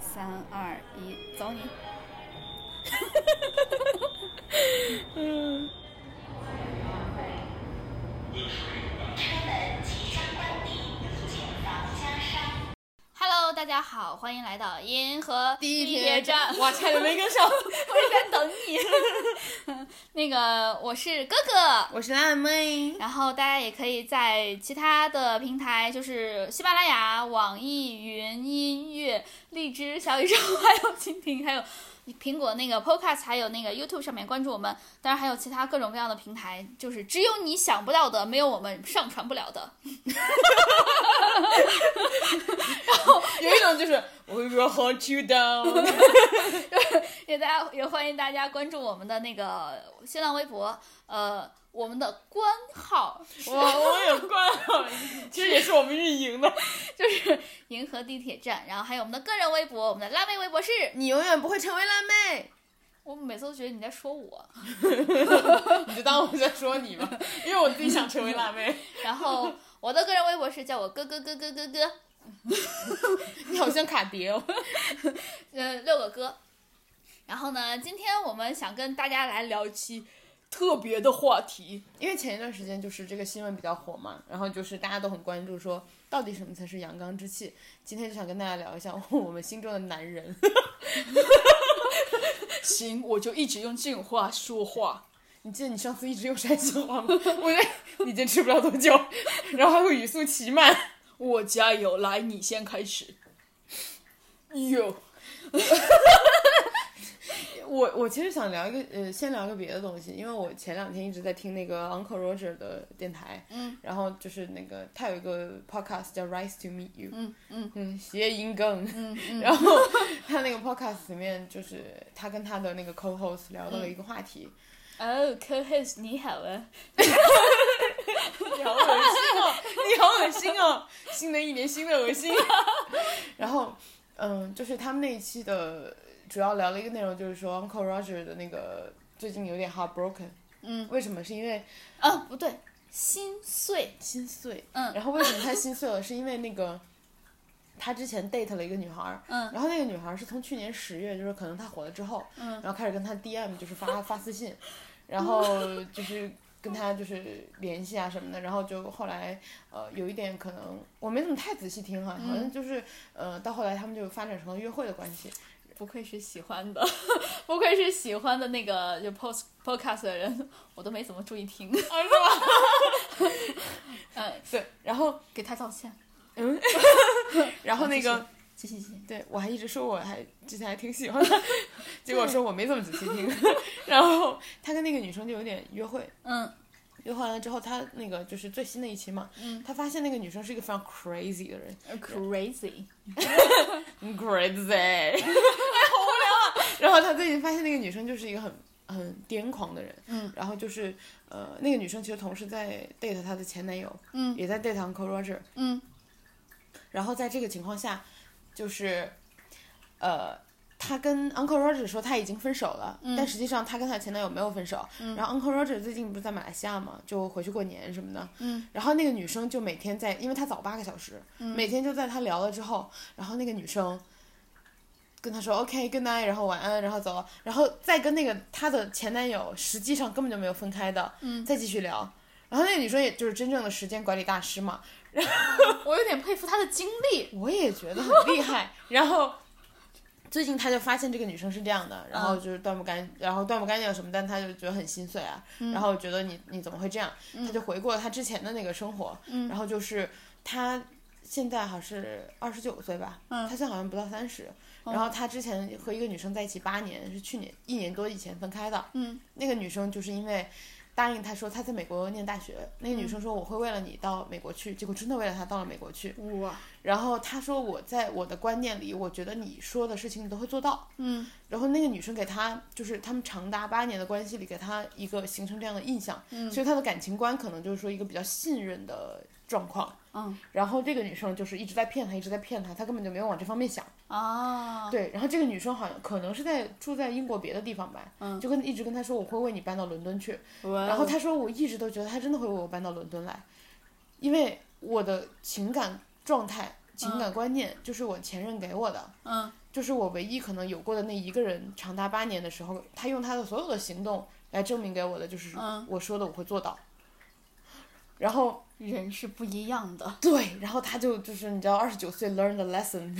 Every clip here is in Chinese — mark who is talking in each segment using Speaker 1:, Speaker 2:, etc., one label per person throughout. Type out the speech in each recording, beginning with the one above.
Speaker 1: 三二一，走你！Hello，大家好，欢迎来到银河
Speaker 2: 地铁
Speaker 1: 铁站。
Speaker 2: 哇，差点没跟 上。
Speaker 1: 我也在等你。 那个，我是哥哥。
Speaker 2: 我是辣妹，
Speaker 1: 然后大家也可以在其他的平台，就是喜马拉雅、网易云音乐、荔枝、小宇宙， 还有蜻蜓，还有苹果那个 Podcast，还有那个 YouTube 上面关注我们。当然还有其他各种各样的平台，就是只有你想不到的，没有我们上传不了的。
Speaker 2: 有一种就是 We will hold you down。
Speaker 1: 也大家也欢迎大家关注我们的那个新浪微博，呃，我们的官号
Speaker 2: 哇，我也关了，其实也是我们运营的。
Speaker 1: 就是银河地铁站，然后还有我们的个人微博，我们的辣妹微博是。
Speaker 2: 你永远不会成为辣妹，
Speaker 1: 我每次都觉得你在说我，
Speaker 2: 你就当我在说你吧，因为我自己想成为辣妹。
Speaker 1: 然 后我的个人微博是叫我哥哥哥哥哥哥，
Speaker 2: 你好像卡碟哦。
Speaker 1: 呃，六个哥。然后呢，今天我们想跟大家来聊一期
Speaker 2: 特别的话题，因为前一段时间就是这个新闻比较火嘛，然后就是大家都很关注说到底什么才是阳刚之气。今天就想跟大家聊一下 我们心中的男人。行，我就一直用这种话说话。你记得你上次一直用山西话吗？我觉得你今天吃不了多久， 然后还会语速奇慢。我加油，来，你先开始。有。我我其实想聊一个呃，先聊一个别的东西，因为我前两天一直在听那个 Uncle Roger 的电台，
Speaker 1: 嗯，
Speaker 2: 然后就是那个他有一个 podcast 叫 Rise to Meet You，
Speaker 1: 嗯嗯
Speaker 2: 嗯，谐音梗，
Speaker 1: 嗯嗯
Speaker 2: 然后他那个 podcast 里面就是他跟他的那个 co-host 聊到了一个话题，
Speaker 1: 哦，co-host 你好啊，
Speaker 2: 你好恶心哦！你好恶心哦！ 新的一年新的恶心。 然后，嗯，就是他们那一期的主要聊了一个内容，就是说 Uncle Roger 的那个最近有点 heartbroken。
Speaker 1: 嗯，
Speaker 2: 为什么？是因为
Speaker 1: 哦不对，心碎，
Speaker 2: 心碎。
Speaker 1: 嗯
Speaker 2: 然后为什么他心碎了？是因为 那个他之前 date 了一个女孩儿，
Speaker 1: 嗯
Speaker 2: 然后那个女孩儿是从去年十月，就是可能他火了之后，
Speaker 1: 嗯
Speaker 2: 然后开始跟他 DM，就是发 发私信，然后就是跟他就是联系啊什么的，然后就后来呃有一点可能我没怎么太仔细听哈，
Speaker 1: 嗯
Speaker 2: 好像就是呃到后来他们就发展成了约会的关系，
Speaker 1: 不愧是喜欢的， 不愧是喜欢的那个就 post podcast 的人，我都没怎么注意听，
Speaker 2: 啊是吧？
Speaker 1: 嗯，
Speaker 2: 对，然后 嗯
Speaker 1: 给他道歉，
Speaker 2: 然
Speaker 1: 哦
Speaker 2: 后那个。
Speaker 1: 谢谢谢谢，
Speaker 2: 对我还一直说我还之前还挺喜 欢他，结果说我没怎么仔细听，然后他跟那个女生就有点约会，
Speaker 1: 嗯
Speaker 2: 约会完了之后，他那个就是最新的一期嘛，
Speaker 1: 嗯
Speaker 2: 他发现那个女生是一个非常 crazy 的人
Speaker 1: 呃，crazy，
Speaker 2: ，crazy，哎， 好无聊啊。然后他最近发现那个女生就是一个很很癫狂的人，
Speaker 1: 嗯，
Speaker 2: 然后就是呃，那个女生其实同时在 date 她的前男友，
Speaker 1: 嗯
Speaker 2: 也在 date Uncle Roger，
Speaker 1: 嗯
Speaker 2: 然后在这个情况下，就是，呃，她跟 Uncle Roger 说她已经分手了，
Speaker 1: 嗯
Speaker 2: 但实际上她跟她前男友没有分手。然后 Uncle Roger 最近不是在马来西亚嘛，就回去过年什么的。
Speaker 1: 嗯
Speaker 2: 然后那个女生就每天在，因为她早八个小时，每天就在他聊了之后，然后那个女生跟他说 OK good night，然后晚安，然后走了，然后再跟那个她的前男友实际上根本就没有分开的，
Speaker 1: 嗯
Speaker 2: 再继续聊。然后那个女生也就是真正的时间管理大师嘛，
Speaker 1: 我有点佩服他的经历，
Speaker 2: 我也觉得很厉害。 然后最近他就发现这个女生是这样的，然后就是断不干，然后断不干净什么，但他就觉得很心碎啊。
Speaker 1: 嗯
Speaker 2: 然后觉得你你怎么会这样？他就回顾了他之前的那个生活，
Speaker 1: 嗯
Speaker 2: 然后就是他。现在好像是二十九岁吧，
Speaker 1: 嗯哦
Speaker 2: 他现在好像不到三十、然后他之前和一个女生在一起八年，是去年一年多以前分开的。
Speaker 1: 嗯
Speaker 2: 那个女生就是因为答应他说她在美国念大学，那个女
Speaker 1: 嗯
Speaker 2: 生说我会为了你到美国去，结果真的为了他到了美国去。
Speaker 1: 哇，
Speaker 2: 然后他说我在我的观念里，我觉得你说的事情你都会做到。
Speaker 1: 嗯。
Speaker 2: 然后那个女生给他就是他们长达八年的关系里，给他一个形成这样的印象，所以他的感情观可能就是说一个比较信任的状况。
Speaker 1: 嗯
Speaker 2: 然后这个女生就是一直在骗他，一直在骗他，他根本就没有往这方面想。
Speaker 1: 啊，
Speaker 2: 对，然后这个女生好像可能是在住在英国别的地方吧，
Speaker 1: 嗯
Speaker 2: 就跟一直跟他说我会为你搬到伦敦去，然
Speaker 1: 然
Speaker 2: 后他说我一直都觉得他真的会为我搬到伦敦来，因为我的情感状态情感观念，就是我前任给我的，
Speaker 1: 嗯
Speaker 2: 就是我唯一可能有过的那一个人，长达八年的时候，他用他的所有的行动来证明给我的，就是
Speaker 1: 嗯
Speaker 2: 我说的我会做到。然后
Speaker 1: 人是不一样的。
Speaker 2: 对，然后他就就是你知道，二十九岁 learn the lesson，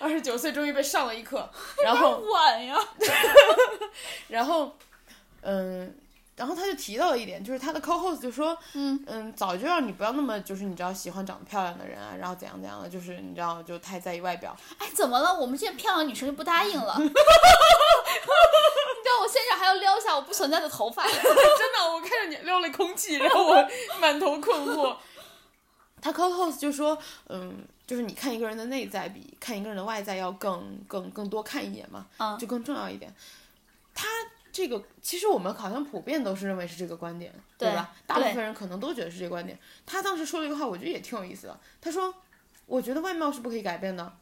Speaker 2: 二十九岁终于被上了一课，然后
Speaker 1: 晚呀，
Speaker 2: 然后，嗯，然后他就提到了一点，就是他的 co-host 就说，
Speaker 1: 嗯
Speaker 2: 早就让你不要那么就是你知道喜欢长得漂亮的人啊，然后怎样怎样的，就是你知道就太在意外表。
Speaker 1: 哎，怎么了？我们这些漂亮女生就不答应 了。你知道我现场还要撩一下我不存在的头 发。
Speaker 2: 真的，我看着你撩了空气，然后我满头困惑。他 co-host 就说，嗯，就是你看一个人的内在比看一个人的外在要更更更多看一眼嘛，
Speaker 1: 嗯
Speaker 2: 就更重要一点。他这个其实我们好像普遍都是认为是这个观点，对
Speaker 1: 对
Speaker 2: 吧？大部
Speaker 1: 对
Speaker 2: 分人可能都觉得是这个观点。他当时说了一个话，我觉得也挺有意思的。他说：“我觉得外貌是不可以改变的，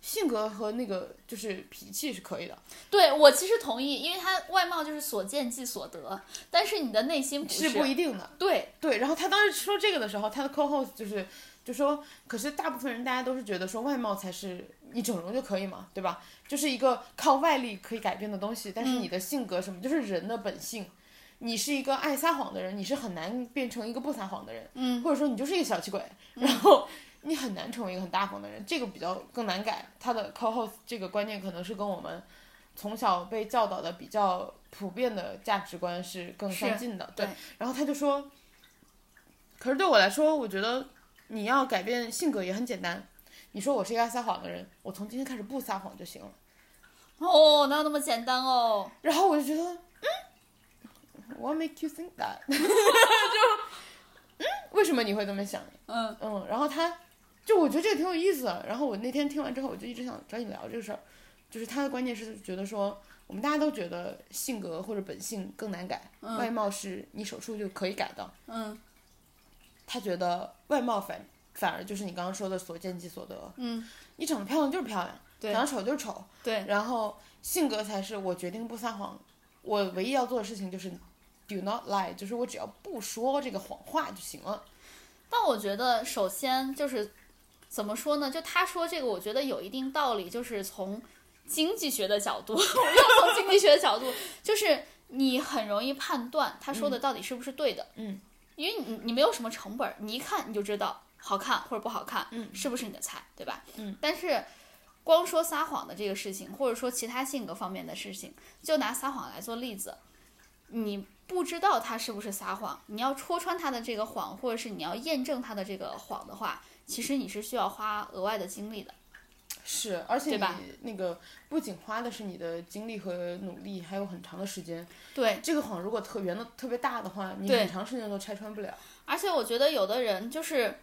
Speaker 2: 性格和那个就是脾气是可以的，
Speaker 1: 对我其实同意，因为她外貌就是所见即所得，但是你的内心不
Speaker 2: 是不一定的。
Speaker 1: 对，”
Speaker 2: 对。然后他当时说这个的时候，他的 co-host 就是就说：“可是大部分人大家都是觉得说外貌才是你整容就可以嘛，对吧？就是一个靠外力可以改变的东西，但是你的性格什么，就是人的本性。”你是一个爱撒谎的人，你是很难变成一个不撒谎的人。
Speaker 1: 嗯，
Speaker 2: 或者说你就是一个小气鬼，然后你很难成为一个很大方的人，这个比较更难改。他的 co-host 这个观念可能是跟我们从小被教导的比较普遍的价值观是更相近的。
Speaker 1: 对
Speaker 2: 对，然后他就说，可是对我来说，我觉得你要改变性格也很简单。你说我是一个爱撒谎的人，我从今天开始不撒谎就行了。
Speaker 1: 哦，哪有那么简单哦？
Speaker 2: 然后我就觉得，嗯，What make you think that？就，嗯，为什么你会这么想？
Speaker 1: 嗯
Speaker 2: 嗯，然后他就我觉得这个挺有意思的。然后我那天听完之后，我就一直想找你聊这个事儿，就是他的观念是觉得说，我们大家都觉得性格或者本性更难改，外貌是你手术就可以改的。
Speaker 1: 嗯
Speaker 2: 他觉得外貌反反而就是你刚刚说的所见即所得，
Speaker 1: 嗯，
Speaker 2: 你长得漂亮就是漂亮，
Speaker 1: 对
Speaker 2: 长得丑就是丑，
Speaker 1: 对
Speaker 2: 然后性格才是我决定不撒谎，我唯一要做的事情就是 do not lie，就是我只要不说这个谎话就行了。
Speaker 1: 但我觉得首先就是怎么说呢？就他说这个，我觉得有一定道理，就是从经济学的角度，我 要从经济学的角度，就是你很容易判断他说的到底是不是对的。
Speaker 2: 嗯，
Speaker 1: 因为你你没有什么成本，你一看你就知道好看或者不好看，
Speaker 2: 嗯
Speaker 1: 是不是你的菜，对吧？
Speaker 2: 嗯，
Speaker 1: 但是。光说撒谎的这个事情，或者说其他性格方面的事情，就拿撒谎来做例子，你不知道他是不是撒谎，你要戳穿他的这个谎，或者是你要验证他的这个谎的话，其实你是需要花额外的精力的。
Speaker 2: 是，而且
Speaker 1: 对吧
Speaker 2: 你那个不仅花的是你的精力和努力，还有很长的时间。
Speaker 1: 对，
Speaker 2: 这个谎如果特圆的特别大的话，你
Speaker 1: 对
Speaker 2: 很长时间都拆穿不了。
Speaker 1: 而且我觉得有的人就是，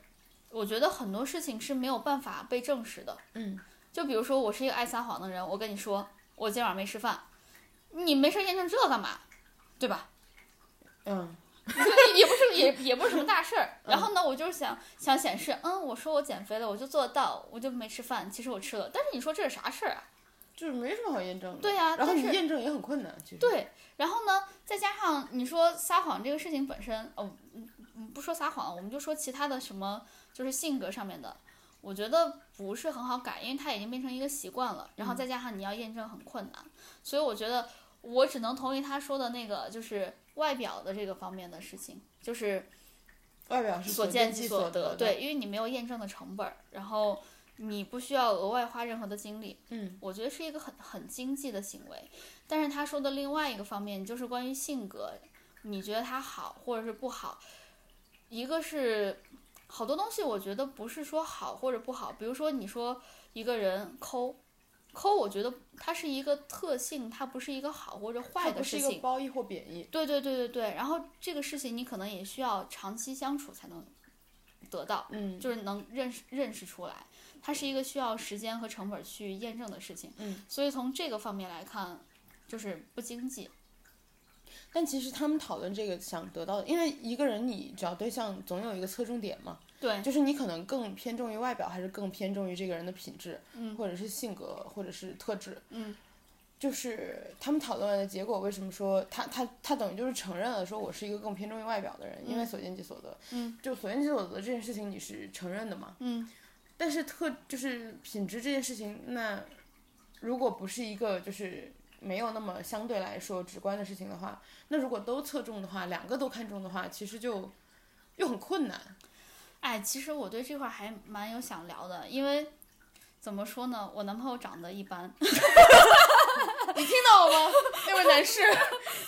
Speaker 1: 我觉得很多事情是没有办法被证实的。
Speaker 2: 嗯，
Speaker 1: 就比如说我是一个爱撒谎的人，我跟你说我今晚没吃饭，你没事儿验证这干嘛？对吧？
Speaker 2: 嗯，
Speaker 1: 也不是也也不是什么大事儿。然后呢，我就是想想显示，嗯，我说我减肥了，我就做到，我就没吃饭，其实我吃了。但是你说这是啥事儿啊？
Speaker 2: 就是没什么好验证的。
Speaker 1: 对呀
Speaker 2: 然后
Speaker 1: 但
Speaker 2: 你
Speaker 1: 是
Speaker 2: 验证也很困难，其实。
Speaker 1: 对，然后呢，再加上你说撒谎这个事情本身，哦，嗯嗯，不说撒谎，我们就说其他的什么，就是性格上面的，我觉得不是很好改，因为它已经变成一个习惯了，然后再加上你要验证很困难，所以我觉得我只能同意他说的那个，就是外表的这个方面的事情，就是
Speaker 2: 外表是
Speaker 1: 所
Speaker 2: 见
Speaker 1: 见即
Speaker 2: 所
Speaker 1: 得，
Speaker 2: 得。
Speaker 1: 对，，因为你没有验证的成本儿，然后你不需要额外花任何的精力，
Speaker 2: 嗯，
Speaker 1: 我觉得是一个很很经济的行为。但是他说的另外一个方面就是关于性格，你觉得他好或者是不好，一个是好多东西我觉得不是说好或者不好，比如说你说一个人抠。抠，我觉得它是一个特性，它不是一个好或者
Speaker 2: 它
Speaker 1: 坏
Speaker 2: 不
Speaker 1: 的事
Speaker 2: 是一
Speaker 1: 情
Speaker 2: 个。褒义或贬义。
Speaker 1: 对对对对对，然后这个事情你可能也需要长期相处才能得到，
Speaker 2: 嗯
Speaker 1: 就是能认识认识出来，它是一个需要时间和成本去验证的事情。
Speaker 2: 嗯，
Speaker 1: 所以从这个方面来看，就是不经济。
Speaker 2: 但其实他们讨论这个想得到的，因为一个人你找对象总有一个侧重点嘛，
Speaker 1: 对，
Speaker 2: 就是你可能更偏重于外表，还是更偏重于这个人的品质，
Speaker 1: 嗯
Speaker 2: 或者是性格，或者是特质。
Speaker 1: 嗯
Speaker 2: 就是他们讨论完的结果，为什么说他他他等于就是承认了，说我是一个更偏重于外表的人，因为所见即所得。
Speaker 1: 嗯
Speaker 2: 就所见即所得这件事情，你是承认的嘛？
Speaker 1: 嗯
Speaker 2: 但是特就是品质这件事情，那如果不是一个就是没有那么相对来说直观的事情的话，那如果都侧重的话，两个都看重的话，其实就又很困难。
Speaker 1: 哎，其实我对这块儿还蛮有想聊的，因为怎么说呢，我男朋友长得一般，
Speaker 2: 你听到了吗？那位 男士，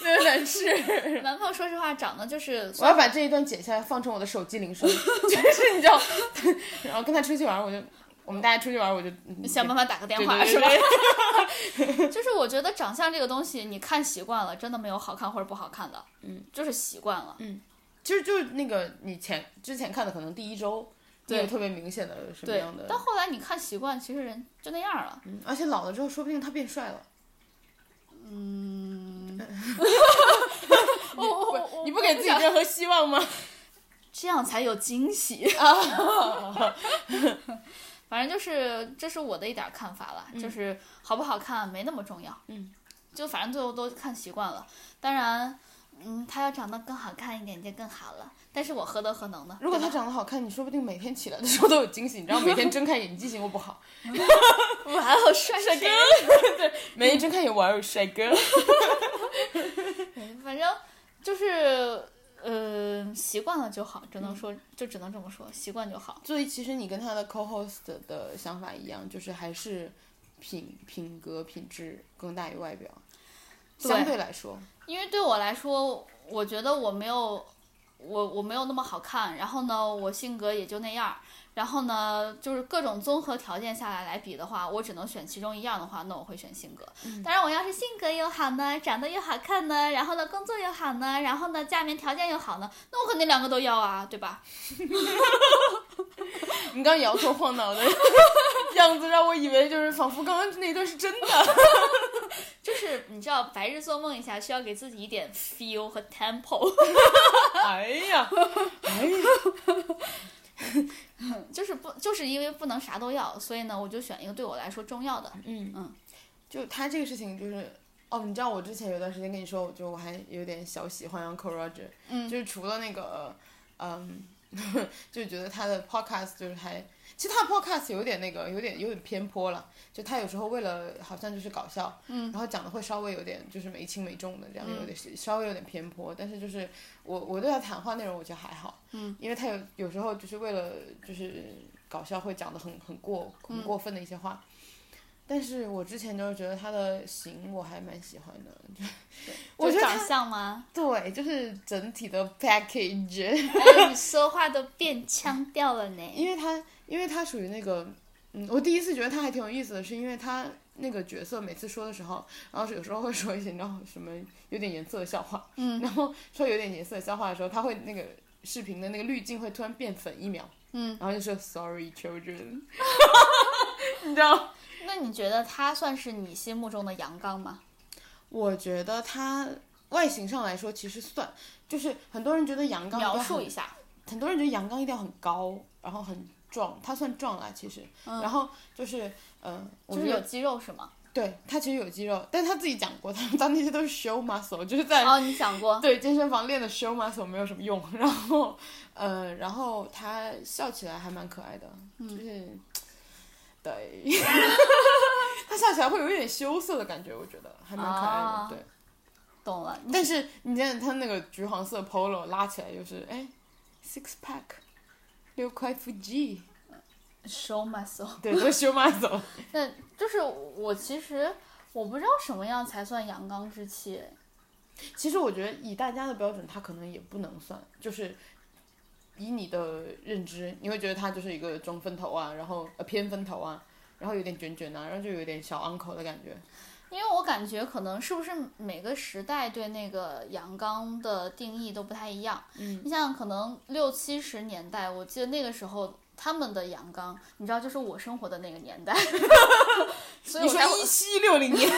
Speaker 2: 那位男士，
Speaker 1: 男朋友说实话长得就是
Speaker 2: 我要把这一段剪下来，放成我的手机铃声， 就是你知道， 然后跟他出去玩，我就我们大家出去玩，我就嗯
Speaker 1: 想办法打个电话
Speaker 2: 对对
Speaker 1: 是吧
Speaker 2: 对？
Speaker 1: 就是我觉得长相这个东西，你看习惯了，真的没有好看或者不好看的，嗯，就是习惯了。
Speaker 2: 其实就是那个你前之前看的，可能第一周你有特别明显的什么
Speaker 1: 对
Speaker 2: 样的，，
Speaker 1: 但后来你看习惯，其实人就那样了。
Speaker 2: 嗯而且老了之后，说不定他变帅了。
Speaker 1: 我我我
Speaker 2: 哦 你不给自己任何希望吗？
Speaker 1: 这样才有惊喜啊 反正就是，这是我的一点儿看法了，就是好不好看没那么重要。
Speaker 2: 嗯，
Speaker 1: 就反正最后都看习惯了。当然，嗯，他要长得更好看一点就更好了。但是我何德何能呢？
Speaker 2: 如果
Speaker 1: 对
Speaker 2: 他
Speaker 1: 吧
Speaker 2: 长得好看，你说不定每天起来的时候都有 惊喜。你知道，每天睁开眼，你记性又不好，
Speaker 1: 哇哦， 帅帅哥，
Speaker 2: 每天睁开眼，哇哦，帅哥！
Speaker 1: 反正就是。呃，习惯了就好，只能说、就只能这么说，习惯就好。
Speaker 2: 所以其实你跟他的 co-host 的想法一样，就是还是品品格品质更大于外表，
Speaker 1: 对
Speaker 2: 相对来说，
Speaker 1: 因为对我来说，我觉得我没有我我没有那么好看，然后呢，我性格也就那样儿，然后呢，就是各种综合条件下来来比的话，我只能选其中一样的话，那我会选性格。当然，我要是性格又好呢，长得又好看呢，然后呢，工作又好呢，然后呢，家里面条件又好呢，那我肯定两个都要啊，对吧？
Speaker 2: 你刚摇头晃 脑的样子，让我以为就是仿佛刚刚那一段是真的。
Speaker 1: 就是你知道，白日做梦一下，需要给自己一点 feel 和 tempo。
Speaker 2: 哎呀，哎呀，
Speaker 1: 就是不就是因为不能啥都要，所以呢，我就选一个对我来说重要的。
Speaker 2: 嗯
Speaker 1: 嗯，
Speaker 2: 就他这个事情就是。哦，你知道我之前有段时间跟你说，我就我还有点小喜欢 Uncle Roger，
Speaker 1: 嗯
Speaker 2: 就是除了那个，嗯， 就觉得他的 podcast 就是还，其实他的 podcast 有点那个，有点有点偏颇了，就他有时候为了好像就是搞笑，
Speaker 1: 嗯，
Speaker 2: 然后讲的会稍微有点就是没轻没重的这样，有点、稍微有点偏颇，但是就是我我对他谈话内容我觉得还好，
Speaker 1: 嗯，
Speaker 2: 因为他有有时候就是为了就是搞笑会讲的很很过
Speaker 1: 嗯
Speaker 2: 很过分的一些话。但是我之前就是觉得他的型我还蛮喜欢的， 就我觉
Speaker 1: 就
Speaker 2: 得
Speaker 1: 长
Speaker 2: 他
Speaker 1: 相吗？
Speaker 2: 对，就是整体的 package，
Speaker 1: 哎，你说话都变腔调了呢。
Speaker 2: 因为他，因为他属于那个，嗯，我第一次觉得他还挺有意思的，是因为他那个角色每次说的时候，然后有时候会说一些你知道什么有点颜色的笑话，
Speaker 1: 嗯
Speaker 2: 然后说有点颜色的笑话的时候，他会那个视频的那个滤镜会突然变粉一秒，
Speaker 1: 嗯，
Speaker 2: 然后就说 sorry children，你知道，
Speaker 1: 那你觉得他算是你心目中的阳刚吗？
Speaker 2: 哦我觉得他外形上来说其实算，就是很多人觉得阳刚
Speaker 1: 描
Speaker 2: 都
Speaker 1: 述
Speaker 2: 很
Speaker 1: 一下。
Speaker 2: 很多人觉得阳刚一定要很高，然后很壮，他算壮啊，其实。
Speaker 1: 嗯
Speaker 2: 然后就是，呃，我
Speaker 1: 就
Speaker 2: 觉
Speaker 1: 是
Speaker 2: 得
Speaker 1: 有肌肉是吗？
Speaker 2: 对他其实有肌肉，但他自己讲过，他他那些都是 show muscle，就是在、
Speaker 1: 哦，你讲过。
Speaker 2: 对健身房练的 show muscle 没有什么用。然后，呃，然后他笑起来还蛮可爱的，就是，对， 他笑起来会有一点羞涩的感觉，我觉得还蛮可爱的。
Speaker 1: 啊
Speaker 2: 对，
Speaker 1: 懂了。你
Speaker 2: 但是你看他那个橘黄色 polo 拉起来就是，哎，six pack，六块腹肌。
Speaker 1: show muscle。
Speaker 2: 对，都修马走。
Speaker 1: 那就是我其实我不知道什么样才算阳刚之气。
Speaker 2: 其实我觉得以大家的标准，他可能也不能算，就是以你的认知，你会觉得他就是一个中分头啊，然后呃偏分头啊，然后有点卷卷啊，然后就有点小 uncle 的感觉。
Speaker 1: 因为我感觉可能是不是每个时代对那个阳刚的定义都不太一样。
Speaker 2: 嗯，
Speaker 1: 你想想，可能六七十年代，我记得那个时候他们的阳刚，你知道，就是我生活的那个年代， 所以
Speaker 2: 你
Speaker 1: 我
Speaker 2: 说
Speaker 1: 才会
Speaker 2: 一七六零年，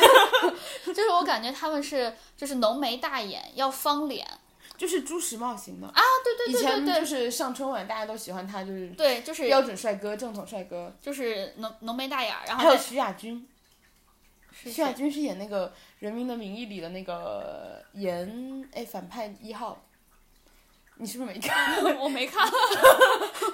Speaker 1: 就是我感觉他们是就是浓眉大眼，要方脸啊，
Speaker 2: 就是朱时茂型的。
Speaker 1: 对对
Speaker 2: 以
Speaker 1: 啊对对
Speaker 2: 前
Speaker 1: 对
Speaker 2: 就是上春晚，大家都喜欢他，就是
Speaker 1: 对，就是
Speaker 2: 标准帅哥、正统帅哥。
Speaker 1: 就是浓浓眉大眼儿，然
Speaker 2: 还有
Speaker 1: 后再
Speaker 2: 徐亚军，
Speaker 1: 是
Speaker 2: 徐亚
Speaker 1: 是
Speaker 2: 军是演那个《人民的名义》里的那个严哎反派一号，你是不是没看？
Speaker 1: 我没看。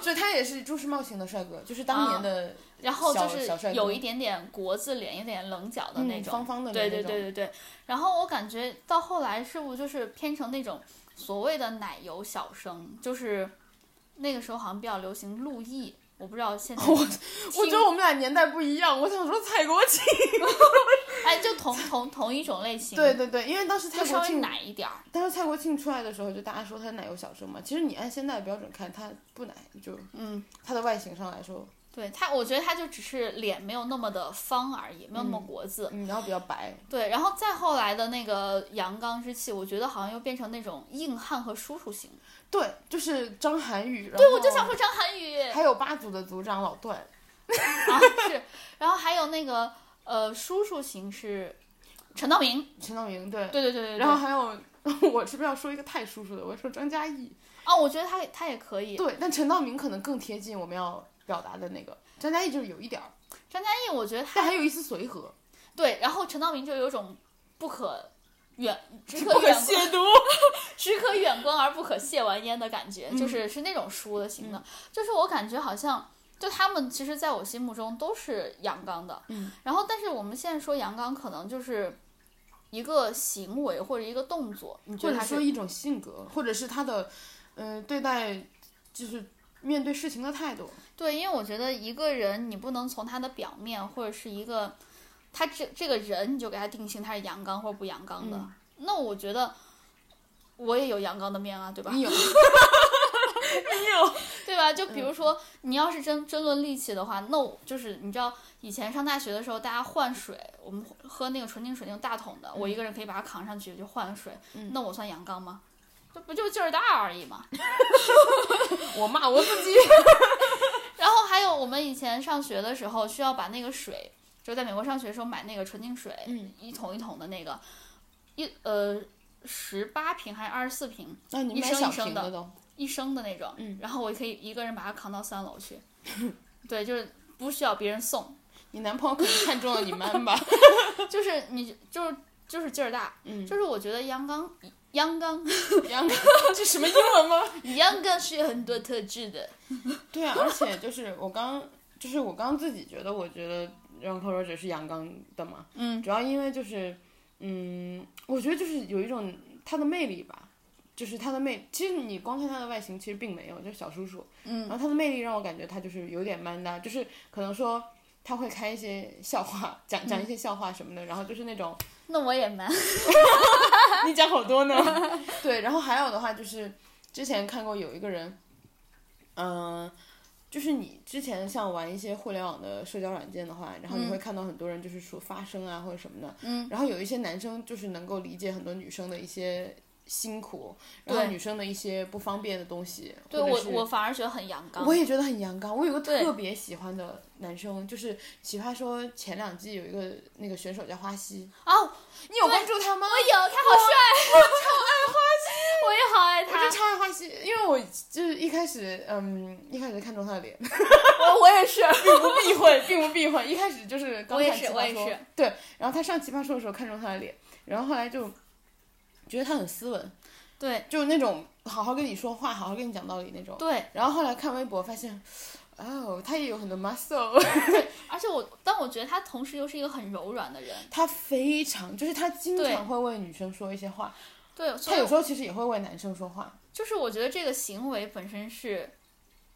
Speaker 2: 所以他也是《蛛丝冒险》的帅哥，就是当年的、
Speaker 1: 然后
Speaker 2: 小
Speaker 1: 就
Speaker 2: 小帅
Speaker 1: 是
Speaker 2: 哥
Speaker 1: 有一点点国字脸，有点棱角的那
Speaker 2: 嗯
Speaker 1: 种，
Speaker 2: 方方的
Speaker 1: 对对
Speaker 2: 脸那种
Speaker 1: 对对对。然后我感觉到后来是不是就是偏成那种所谓的奶油小生，就是那个时候好像比较流行陆毅，我不知道现在
Speaker 2: 我觉得我们俩年代不一样。我想说蔡国庆，
Speaker 1: 哎，就同同同一种类型，
Speaker 2: 对，对对，因为当时蔡
Speaker 1: 就稍
Speaker 2: 国
Speaker 1: 微
Speaker 2: 庆，
Speaker 1: 奶一点儿。
Speaker 2: 当时蔡国庆出来的时候，就大家说他是奶油小生嘛。其实你按现在的标准看，他不奶，就
Speaker 1: 嗯，
Speaker 2: 他的外形上来说，
Speaker 1: 对他，我觉得他就只是脸没有那么的方而已，没有那么国字。
Speaker 2: 嗯，然后比较白，
Speaker 1: 对，然后再后来的那个阳刚之气，我觉得好像又变成那种硬汉和叔叔型。
Speaker 2: 对，就是张涵予。
Speaker 1: 对，我就想说张涵予。
Speaker 2: 还有八组的组长老段，
Speaker 1: 啊，是，然后还有那个呃，叔叔型是陈道明，
Speaker 2: 陈道明，对，
Speaker 1: 对对对对对。
Speaker 2: 然后还有 我是不是要说一个太叔叔的？我要说张嘉译，
Speaker 1: 啊，我觉得他也他也可以，
Speaker 2: 对，但陈道明可能更贴近我们要表达的那个，张嘉译就是有一点儿，
Speaker 1: 张嘉译我觉得
Speaker 2: 但
Speaker 1: 他
Speaker 2: 还有一丝随和，
Speaker 1: 对，然后陈道明就有种不可远只
Speaker 2: 不
Speaker 1: 可
Speaker 2: 可
Speaker 1: 远
Speaker 2: 亵
Speaker 1: 观
Speaker 2: 渎。
Speaker 1: 只可远观而不可亵玩焉的感觉，
Speaker 2: 嗯
Speaker 1: 就是是那种书的型的，就是我感觉好像。就他们其实，在我心目中都是阳刚的，
Speaker 2: 嗯，
Speaker 1: 然后但是我们现在说阳刚，可能就是一个行为或者一个动作， 你觉
Speaker 2: 或
Speaker 1: 得
Speaker 2: 者
Speaker 1: 他是
Speaker 2: 说一种性格，或者是他的，嗯、对待就是面对事情的态度。
Speaker 1: 对，因为我觉得一个人你不能从他的表面或者是一个他这这个人你就给他定性他是阳刚或者不阳刚的。
Speaker 2: 嗯
Speaker 1: 那我觉得我也有阳刚的面啊，对吧？
Speaker 2: 你 有，
Speaker 1: 对吧？就比
Speaker 2: 嗯
Speaker 1: 如说、你要是争争论力气的话，那我就是你知道以前上大学的时候大家换水，我们喝那个纯净水那种大桶的，我一个人可以把它扛上去就换水，
Speaker 2: 嗯
Speaker 1: 那我算阳刚吗？这不就劲儿大而已嘛。
Speaker 2: 我骂我自己。
Speaker 1: 然后还有我们以前上学的时候，需要把那个水，就在美国上学的时候买那个纯净水，
Speaker 2: 嗯
Speaker 1: 一桶一桶的那个，一呃十八瓶还是二十四瓶
Speaker 2: 那、你
Speaker 1: 一
Speaker 2: 买
Speaker 1: 升
Speaker 2: 小
Speaker 1: 一升
Speaker 2: 瓶
Speaker 1: 的
Speaker 2: 都，
Speaker 1: 一升的那种，
Speaker 2: 嗯
Speaker 1: 然后我可以一个人把它扛到三楼去， 对，就是不需要别人送，
Speaker 2: 你男朋友可能看中了你 们吧？
Speaker 1: 就是你就是就是劲儿大，
Speaker 2: 嗯，
Speaker 1: 就是我觉得阳刚阳刚
Speaker 2: 杨哥，这什么英文吗？
Speaker 1: 阳刚是有很多特质的，
Speaker 2: 对啊，而且就是我刚，就是我刚自己觉得，我觉得《让寇若者》是阳刚的嘛，
Speaker 1: 嗯，
Speaker 2: 主要因为就是，嗯，我觉得就是有一种他的魅力吧，就是他的魅，其实你光看他的外形，其实并没有，就是小叔叔，
Speaker 1: 嗯
Speaker 2: 然后他的魅力让我感觉他就是有点 man 的，就是可能说他会开一些笑话，讲讲一
Speaker 1: 嗯
Speaker 2: 些笑话什么的，然后就是那种
Speaker 1: 那我也蛮，
Speaker 2: 你讲好多呢。对，然后还有的话就是之前看过有一个人，嗯、就是你之前像玩一些互联网的社交软件的话，然后你会看到很多人就是说发声啊或者什么的，
Speaker 1: 嗯，
Speaker 2: 然后有一些男生就是能够理解很多女生的一些辛苦，然后
Speaker 1: 对
Speaker 2: 女生的一些不方便的东西，
Speaker 1: 对
Speaker 2: 或者
Speaker 1: 我
Speaker 2: 是
Speaker 1: 我反而觉得很阳刚
Speaker 2: 我，也觉得很阳刚。我有个
Speaker 1: 对
Speaker 2: 特别喜欢的男生，就是《奇葩说》前两季有一个那个选手叫花溪，
Speaker 1: 啊，我
Speaker 2: 哦你有关注他吗？
Speaker 1: 有他好帅，我超爱花心，我也好爱
Speaker 2: 我
Speaker 1: 他
Speaker 2: 就，超爱花溪，因为我就是一开始，嗯，一开始看中他的脸，
Speaker 1: 我我也是，
Speaker 2: 并不避讳，并不避讳。一开始就是刚
Speaker 1: 我也
Speaker 2: 看
Speaker 1: 是
Speaker 2: 奇
Speaker 1: 我
Speaker 2: 葩
Speaker 1: 也
Speaker 2: 说
Speaker 1: 是，
Speaker 2: 对，然后他上奇葩说的时候看中他的脸，然后后来就觉得他很斯文，
Speaker 1: 对
Speaker 2: 就是那种好好跟你说话，好好跟你讲道理那种。
Speaker 1: 对，
Speaker 2: 然后后来看微博发现，哦，他也有很多 muscle。
Speaker 1: 而且我，但我觉得他同时又是一个很柔软的人，
Speaker 2: 他非常，就是他经
Speaker 1: 对
Speaker 2: 常会为女生说一些话，
Speaker 1: 对，所
Speaker 2: 他
Speaker 1: 以
Speaker 2: 有时候其实也会为男生说话，
Speaker 1: 就是我觉得这个行为本身是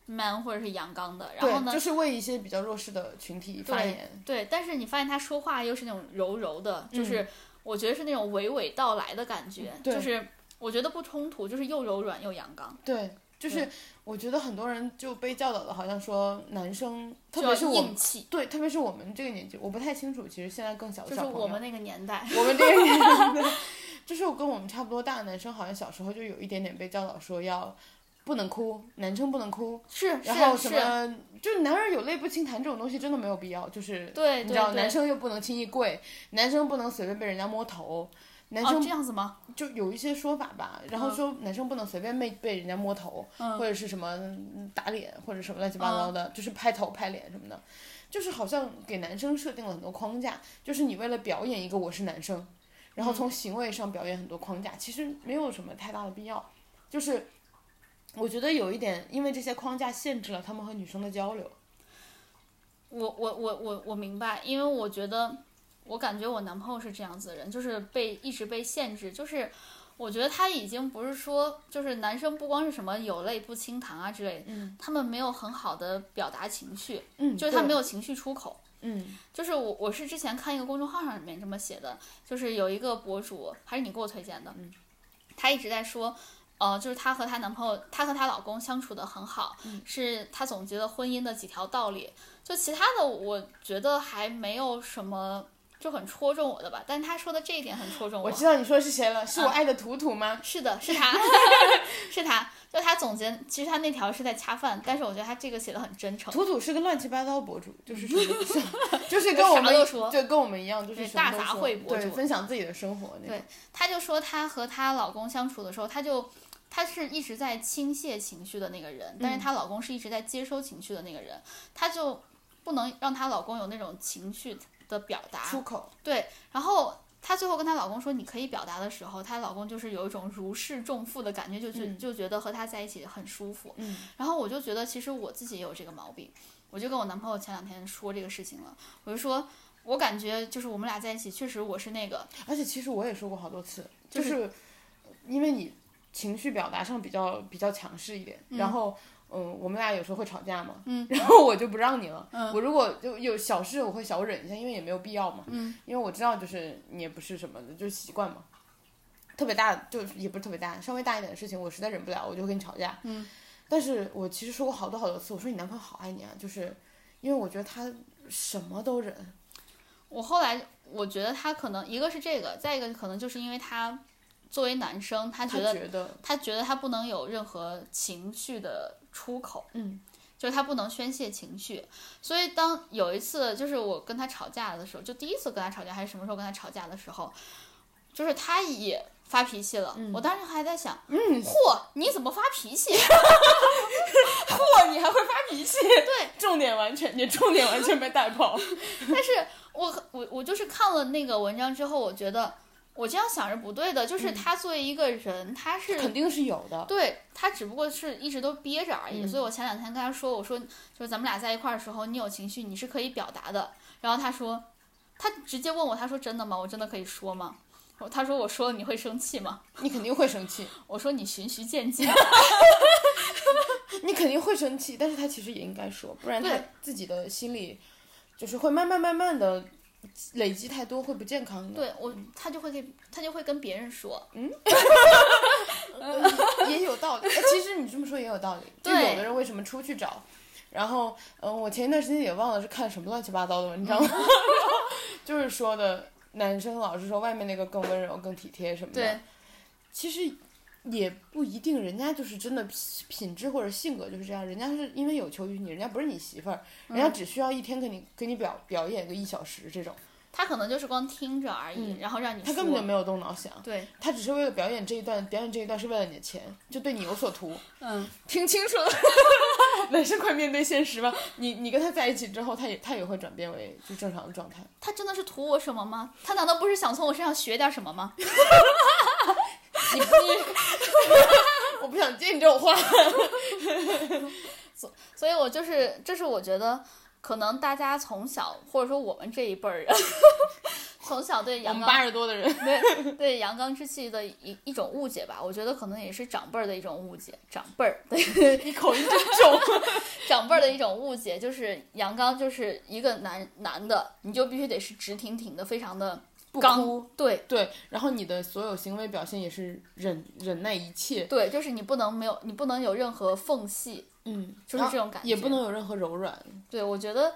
Speaker 1: man 或者是阳刚的，然后
Speaker 2: 对，
Speaker 1: 呢
Speaker 2: 就，是为一些比较弱势的群体发言。
Speaker 1: 对，但是你发现他说话又是那种柔柔的，就是我觉得是那种娓娓道来的感觉，
Speaker 2: 嗯对
Speaker 1: 就是我觉得不冲突，就是又柔软又阳刚，
Speaker 2: 对，就是我觉得很多人就被教导的，好像说男生，特
Speaker 1: 就
Speaker 2: 别
Speaker 1: 要
Speaker 2: 是我们
Speaker 1: 硬，气，
Speaker 2: 对，特别是我们这个年纪，我不太清楚，其实现在更小的
Speaker 1: 就
Speaker 2: 小
Speaker 1: 是
Speaker 2: 朋友，
Speaker 1: 我们那个年代，
Speaker 2: 我们这 个年纪，就是我跟我们差不多大的男生，好像小时候就有一点点被教导说要不能哭，男生不能哭，
Speaker 1: 是啊
Speaker 2: 然后
Speaker 1: 是
Speaker 2: 什
Speaker 1: 是，
Speaker 2: 么，就男人有泪不轻弹这种东西真的没有必要，就是
Speaker 1: 对
Speaker 2: 你知
Speaker 1: 对
Speaker 2: 道，
Speaker 1: 对，
Speaker 2: 男生又不能轻易跪，男生不能随便被人家摸头，男
Speaker 1: 哦
Speaker 2: 生
Speaker 1: 这样子吗？
Speaker 2: 就有一些说法吧，然后说男生不能随便被被人家摸头，
Speaker 1: 嗯
Speaker 2: 或者是什么嗯打脸，或者什么乱七八糟的，就是拍头拍脸什么的，就是好像给男生设定了很多框架，就是你为了表演一个我是男生，然后从行为上表演很多框架，其实没有什么太大的必要，就是。我觉得有一点，因为这些框架限制了他们和女生的交流。
Speaker 1: 我我我我我明白，因为我觉得，我感觉我男朋友是这样子的人，就是被一直被限制，就是我觉得他已经不是说，就是男生不光是什么有泪不轻弹啊之类的，
Speaker 2: 嗯
Speaker 1: 他们没有很好的表达情绪，
Speaker 2: 嗯，
Speaker 1: 就是他
Speaker 2: 对
Speaker 1: 没有情绪出口。
Speaker 2: 嗯
Speaker 1: 就是我我是之前看一个公众号上面这么写的，就是有一个博主还是你给我推荐的，
Speaker 2: 嗯
Speaker 1: 她一直在说。呃，就是她和她男朋友，她和她老公相处的很好，
Speaker 2: 嗯
Speaker 1: 是她总结了婚姻的几条道理。就其他的，我觉得还没有什么就很戳中我的吧。但她说的这一点很戳中
Speaker 2: 我知道你说的是谁了，
Speaker 1: 嗯
Speaker 2: 是我爱的图图吗？
Speaker 1: 是的，是 他，是他。就他总结，其实他那条是在恰饭，但是我觉得他这个写的很真诚。
Speaker 2: 图图是个乱七八糟博主，就 是 什么都说就是跟我
Speaker 1: 啥
Speaker 2: 们
Speaker 1: 都说
Speaker 2: 就跟我们一样，就是
Speaker 1: 对
Speaker 2: 什么都
Speaker 1: 大杂
Speaker 2: 说
Speaker 1: 烩博
Speaker 2: 对
Speaker 1: 主
Speaker 2: 分享自己的生活那
Speaker 1: 对
Speaker 2: 种。
Speaker 1: 她就说她和她老公相处的时候，她就她是一直在倾泻情绪的那个人，
Speaker 2: 嗯
Speaker 1: 但是她老公是一直在接收情绪的那个人，她就不能让她老公有那种情绪的表达。
Speaker 2: 出口，
Speaker 1: 对，然后她最后跟她老公说你可以表达的时候，她老公就是有一种如释重负的感觉，就觉、
Speaker 2: 嗯
Speaker 1: 就觉得和她在一起很舒服。
Speaker 2: 嗯
Speaker 1: 然后我就觉得其实我自己也有这个毛病，我就跟我男朋友前两天说这个事情了，我就说。我感觉就是我们俩在一起，确实我是那个
Speaker 2: 而且其实我也说过好多次，
Speaker 1: 就
Speaker 2: 就是是因为你情绪表达上比较比较强势一点，然后嗯，我们俩有时候会吵架嘛，
Speaker 1: 嗯
Speaker 2: 然后我就不让你了，我如果就有小事我会小忍一下，因为也没有必要嘛，
Speaker 1: 嗯
Speaker 2: 因为我知道就是你也不是什么的，就是习惯嘛。特别大就是也不是特别大，稍微大一点的事情，我实在忍不了，我就会跟你吵架。
Speaker 1: 嗯，
Speaker 2: 但是我其实说过好多好多次，我说你男朋友好爱你啊，就是因为我觉得他什么都忍，
Speaker 1: 我后来我觉得他可能一个是这个，再一个可能就是因为他作为男生，他
Speaker 2: 他
Speaker 1: 觉得
Speaker 2: 觉得
Speaker 1: 他觉得他不能有任何情绪的出口，
Speaker 2: 嗯，
Speaker 1: 就是他不能宣泄情绪。所以当有一次就是我跟他吵架的时候，就第一次跟他吵架还是什么时候跟他吵架的时候，就是他也发脾气了。我当时还在想，嗯，嚯，你怎么发脾气？
Speaker 2: 嚯，哦你还会发脾气？
Speaker 1: 对，
Speaker 2: 重点完全，你重点完全被带跑。
Speaker 1: 但是我我我就是看了那个文章之后，我觉得我这样想是不对的。就是他作为一个人，嗯他是
Speaker 2: 肯定是有的。
Speaker 1: 对他只不过是一直都憋着而已，
Speaker 2: 嗯
Speaker 1: 所以我前两天跟他说，我说就是咱们俩在一块儿的时候，你有情绪你是可以表达的。然后他说，他直接问我，他说真的吗？我真的可以说吗？我他说我说了你会生气吗？
Speaker 2: 你肯定会生气，
Speaker 1: 我说你循序渐进。
Speaker 2: 你肯定会生气，但是他其实也应该说，不然他
Speaker 1: 对
Speaker 2: 自己的心里就是会慢慢慢慢的累积太多，会不健康的。
Speaker 1: 对我他就会给他就会跟别人说，
Speaker 2: 嗯对， 也有道理。哎其实你这么说也有道理。就
Speaker 1: 对
Speaker 2: 有的人为什么出去找，然后嗯、呃我前一段时间也忘了是看什么乱七八糟的文 章，然后就是说的男生老是说外面那个更温柔、更体贴什么的。
Speaker 1: 对
Speaker 2: 其实也不一定，人家就是真的品品质或者性格就是这样，人家是因为有求于你，人家不是你媳妇儿，人家只需要一天给你给你表表演个一小时这种，
Speaker 1: 他可能就是光听着而已，然后让你
Speaker 2: 嗯他
Speaker 1: 说
Speaker 2: 根本就没有动脑想，
Speaker 1: 对，
Speaker 2: 他只是为了表演这一段，表演这一段是为了你的钱，就对你有所 图。
Speaker 1: 嗯，
Speaker 2: 听清楚了， 男生快面对现实吧，你你跟他在一起之后，他也他也会转变为就正常的状态。
Speaker 1: 他真的是图我什么吗？他难道不是想从我身上学点什么吗？
Speaker 2: 你你，我不想接你这种话。
Speaker 1: 所以我就是，这是我觉得可能大家从小，或者说我们这一辈儿人， 从小对
Speaker 2: 我
Speaker 1: 阳
Speaker 2: 们
Speaker 1: 刚
Speaker 2: 八十多的人，
Speaker 1: 对对阳刚之气的一一种误解吧。我觉得可能也是长辈儿的一种误解，长辈儿 对
Speaker 2: 你口音真重。
Speaker 1: 长辈儿的一种误解，就是阳刚就是一个男男的，你就必须得是直挺挺的，非常的
Speaker 2: 不
Speaker 1: 刚，对
Speaker 2: 对，然后你的所有行为表现也是忍忍耐一切，
Speaker 1: 对，就是你不能没有，你不能有任何缝隙，
Speaker 2: 嗯，
Speaker 1: 就是
Speaker 2: 然后
Speaker 1: 这种感觉
Speaker 2: 也不能有任何柔软。
Speaker 1: 对，我觉得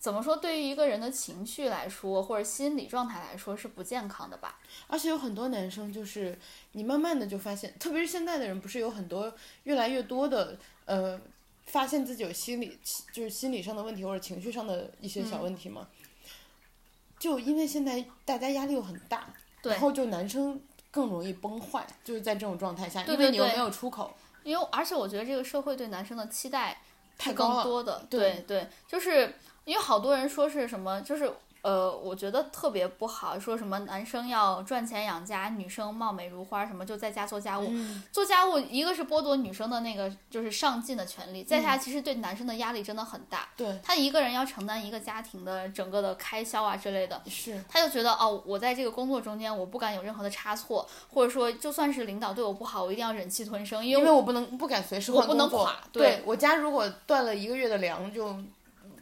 Speaker 1: 怎么说，对于一个人的情绪来说，或者心理状态来说是不健康的吧。
Speaker 2: 而且有很多男生就是你慢慢的就发现，特别是现在的人，不是有很多越来越多的呃，发现自己有心理就是心理上的问题或者情绪上的一些
Speaker 1: 嗯
Speaker 2: 小问题嘛。就因为现在大家压力又很大，
Speaker 1: 对
Speaker 2: 然后就男生更容易崩坏，就是在这种状态下，
Speaker 1: 对
Speaker 2: 因为
Speaker 1: 对
Speaker 2: 你又
Speaker 1: 对
Speaker 2: 没有出口，
Speaker 1: 因为而且我觉得这个社会对男生的期待
Speaker 2: 太
Speaker 1: 是
Speaker 2: 高
Speaker 1: 更
Speaker 2: 了。
Speaker 1: 多的，
Speaker 2: 对
Speaker 1: 对对，就是因为好多人说是什么，就是呃，我觉得特别不好，说什么男生要赚钱养家，女生貌美如花，什么就在家做家务。
Speaker 2: 嗯
Speaker 1: 做家务，一个是剥夺女生的那个就是上进的权利，再下其实对男生的压力真的很大。
Speaker 2: 嗯对，
Speaker 1: 他一个人要承担一个家庭的整个的开销啊之类的，
Speaker 2: 是
Speaker 1: 他就觉得哦，我在这个工作中间我不敢有任何的差错，或者说就算是领导对我不好，我一定要忍气吞声，因
Speaker 2: 因
Speaker 1: 为
Speaker 2: 为我不能不敢随时
Speaker 1: 我
Speaker 2: 换
Speaker 1: 不
Speaker 2: 工
Speaker 1: 能
Speaker 2: 作
Speaker 1: 垮对
Speaker 2: 对我家如果断了一个月的粮，就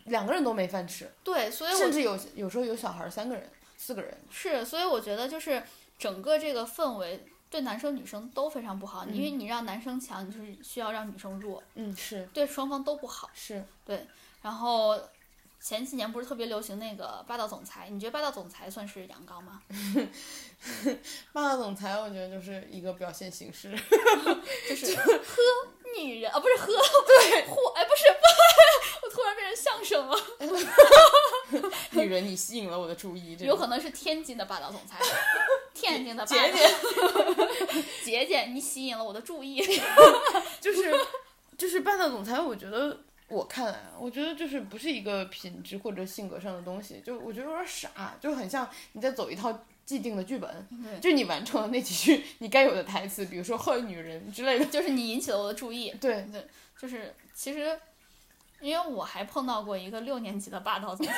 Speaker 2: 两个人都没饭吃，
Speaker 1: 对，所以我
Speaker 2: 甚至有有时候有小孩儿三个人、四个人。
Speaker 1: 是，所以我觉得就是整个这个氛围对男生女生都非常不好，因为你让男生强，你就是需要让女生弱，
Speaker 2: 嗯，是
Speaker 1: 对双方都不好。
Speaker 2: 是，
Speaker 1: 然后前几年不是特别流行那个霸道总裁，你觉得霸道总裁算是阳刚吗？
Speaker 2: 霸道总裁，我觉得就是一个表现形式。
Speaker 1: 就是呵女人啊，不是呵， 对，嚯，哎，不是，不我突然变成相声了，
Speaker 2: 女人，你吸引了我的注意，这
Speaker 1: 有
Speaker 2: 种
Speaker 1: 可能是天津的霸道总 裁，天津的霸
Speaker 2: 姐
Speaker 1: 道
Speaker 2: 姐
Speaker 1: 姐姐，你吸引了我的注意。
Speaker 2: 就是就是霸道总裁，我觉得我看来啊，我觉得就是不是一个品质或者性格上的东西，就我觉得有点傻，就很像你在走一套既定的剧本，
Speaker 1: 对
Speaker 2: 就你完成了那几句你该有的台词，比如说“坏女人”之类 的。
Speaker 1: 就是你引起了我的注意，
Speaker 2: 对，
Speaker 1: 就是其实，因为我还碰到过一个六年级的霸道 总裁。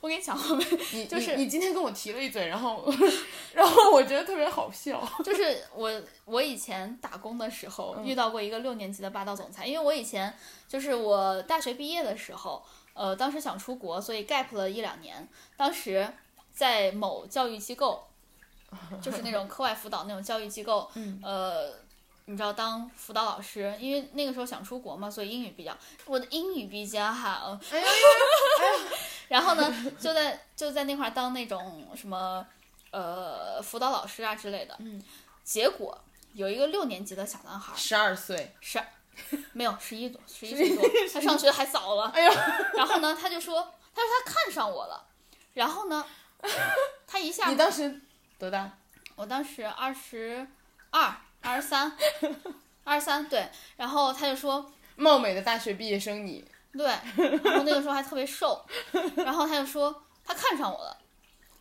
Speaker 1: 我跟你讲，我们
Speaker 2: 你
Speaker 1: 就是
Speaker 2: 你你今天跟我提了一嘴，然后 然后我觉得特别好笑。
Speaker 1: 就是我，我以前打工的时候
Speaker 2: 嗯
Speaker 1: 遇到过一个六年级的霸道总裁，因为我以前就是我大学毕业的时候，呃，当时想出国，所以 gap 了一两年，当时在某教育机 构，就是那种课外辅导那种教育机构，
Speaker 2: 嗯
Speaker 1: 呃，你知道当辅导老师，因为那个时候想出国嘛，所以英语比较，我的英语比较好，
Speaker 2: 哎呀，
Speaker 1: 然后呢，就在就在那块儿当那种什么呃辅导老师啊之类的。
Speaker 2: 嗯，
Speaker 1: 结果有一个六年级的小男孩儿，
Speaker 2: 十二岁，
Speaker 1: 十没有十一多，十一岁多，他上学还早了。
Speaker 2: 哎呀，
Speaker 1: 然后呢，他就说，他说他看上我了，然后呢，他一下
Speaker 2: 你当时多大？
Speaker 1: 我当时二十二、二十三、二十三对，然后他就说。
Speaker 2: 貌美的大学毕业生你，
Speaker 1: 对，然后那个时候还特别瘦，然后他就说他看上我了，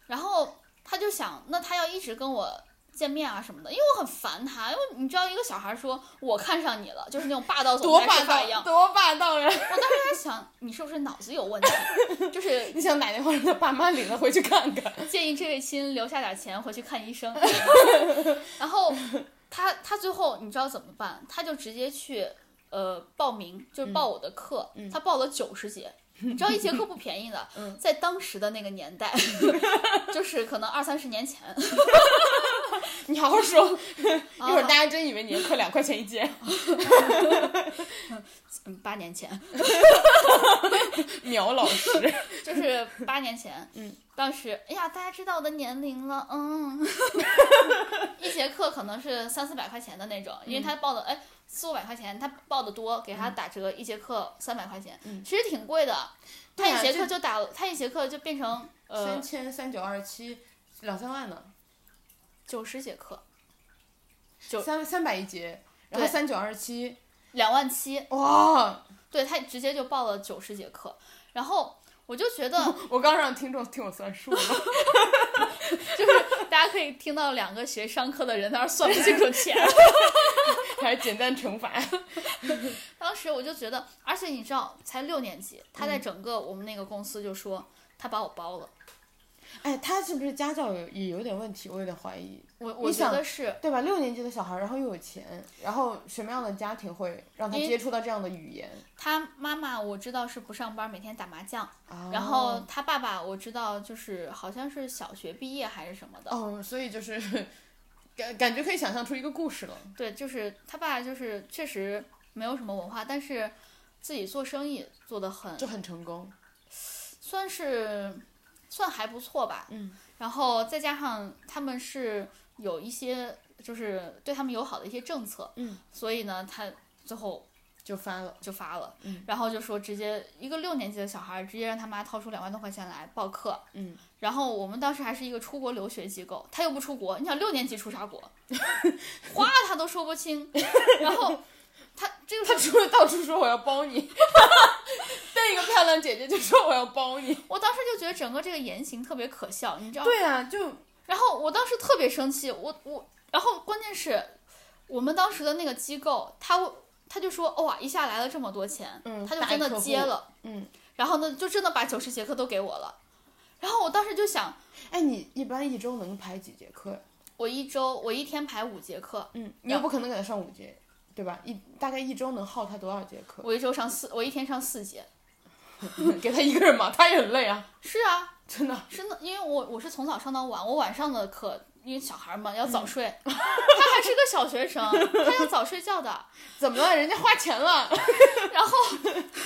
Speaker 1: 然后他就想，那他要一直跟我见面啊什么的，因为我很烦他，因为你知道一个小孩说我看上你了，就是那种霸道总
Speaker 2: 多
Speaker 1: 裁
Speaker 2: 霸
Speaker 1: 说法一
Speaker 2: 道，
Speaker 1: 样。
Speaker 2: 多霸道啊 呀！
Speaker 1: 我当时还想，你是不是脑子有问题？就是
Speaker 2: 你想打电话让他爸妈领他回去看看？
Speaker 1: 建议这位亲留下点钱回去看医生。 然后他他最后你知道怎么办？他就直接去呃报名，就是
Speaker 2: 嗯
Speaker 1: 报我的课，他报了九十 节。你知道一节课不便宜的，
Speaker 2: 嗯
Speaker 1: 在当时的那个年代， 就是可能二三十年前，
Speaker 2: 你好好说， 一
Speaker 1: 啊
Speaker 2: 会儿大家真以为你的课两块钱一节，
Speaker 1: 嗯八年前，
Speaker 2: 苗老师。
Speaker 1: 就是八年前，
Speaker 2: 嗯，
Speaker 1: 当时哎呀，大家知道我的年龄了，嗯， 一节课可能是三四百块钱的那种，
Speaker 2: 嗯
Speaker 1: 因为他报的哎四五百块钱，他报的多，给他打折，一节课三百块钱，
Speaker 2: 嗯
Speaker 1: 其实挺贵的。他
Speaker 2: 对啊
Speaker 1: 一节
Speaker 2: 这
Speaker 1: 课就打，他一节课就变成呃
Speaker 2: 三千三九二十七，两三万呢，
Speaker 1: 九十节课，九
Speaker 2: 三三百一节，然后
Speaker 1: 对
Speaker 2: 三九二十七，
Speaker 1: 两万七，
Speaker 2: 哇！
Speaker 1: 对他直接就报了九十节课，然后我就觉 得
Speaker 2: 我刚让听众听我算数了，
Speaker 1: 大家可以听到两个学商科的人在那儿算不清楚钱。
Speaker 2: 还简单乘法，
Speaker 1: 当时我就觉得，而且你知道，才六年级，他
Speaker 2: 嗯
Speaker 1: 在整个我们那个公司就说、他把我包了，
Speaker 2: 哎，他是不是家教有也有点问题？我有点怀疑，
Speaker 1: 我我
Speaker 2: 你
Speaker 1: 觉
Speaker 2: 想
Speaker 1: 得是
Speaker 2: 对吧？六年级的小孩，然后又有钱，然后什么样的家庭会让他
Speaker 1: 因为
Speaker 2: 接触到这样的语言？
Speaker 1: 他妈妈，我知道是不上班，每天打麻将，
Speaker 2: 啊
Speaker 1: 然后他爸爸我知道就是好像是小学毕业还是什么的，
Speaker 2: 哦，所以就是感感觉可以想象出一个故事了。
Speaker 1: 对，就是他爸就是确实没有什么文化，但是自己做生意做得很
Speaker 2: 就很成功。
Speaker 1: 算是算还不错吧。
Speaker 2: 嗯，
Speaker 1: 然后再加上他们是有一些就是对他们友好的一些政策，
Speaker 2: 嗯，
Speaker 1: 所以呢，他最后
Speaker 2: 就发了，
Speaker 1: 就发了，
Speaker 2: 嗯，
Speaker 1: 然后就说直接一个六年级的小孩儿直接让他妈掏出两万多块钱来报课，
Speaker 2: 嗯，
Speaker 1: 然后我们当时还是一个出国留学机构，他又不出国，你想六年级出啥国，话他都说不 清，然后他这个时候
Speaker 2: 他除了到处说我要包你，但那个漂亮姐姐就说我要包你。
Speaker 1: 我当时就觉得整个这个言行特别可笑，你知道吗？
Speaker 2: 对啊，就
Speaker 1: 然后我当时特别生气，我我，然后关键是，我们当时的那个机构，他他就说哇，一下来了这么多钱，
Speaker 2: 嗯
Speaker 1: 他就
Speaker 2: 大
Speaker 1: 真
Speaker 2: 客
Speaker 1: 的
Speaker 2: 户
Speaker 1: 接了，
Speaker 2: 嗯，
Speaker 1: 然后呢，就真的把九十节课都给我了，然后我当时就想，
Speaker 2: 哎，你一般一周能排几节课呀？
Speaker 1: 我一周我一天排五节课，
Speaker 2: 嗯，你又
Speaker 1: 哦
Speaker 2: 不可能给他上五节，对吧？一大概一周能耗他多少节课？
Speaker 1: 我一周上四，我一天上四节，
Speaker 2: 给他一个人嘛，他也很累啊，
Speaker 1: 是啊，
Speaker 2: 真的。
Speaker 1: 真的，因为我我是从早上到晚，我晚上的课，因为小孩儿嘛要
Speaker 2: 嗯
Speaker 1: 早睡， 他还是个小学生，他要早睡觉的。
Speaker 2: 怎么了？人家花钱了。
Speaker 1: 然后，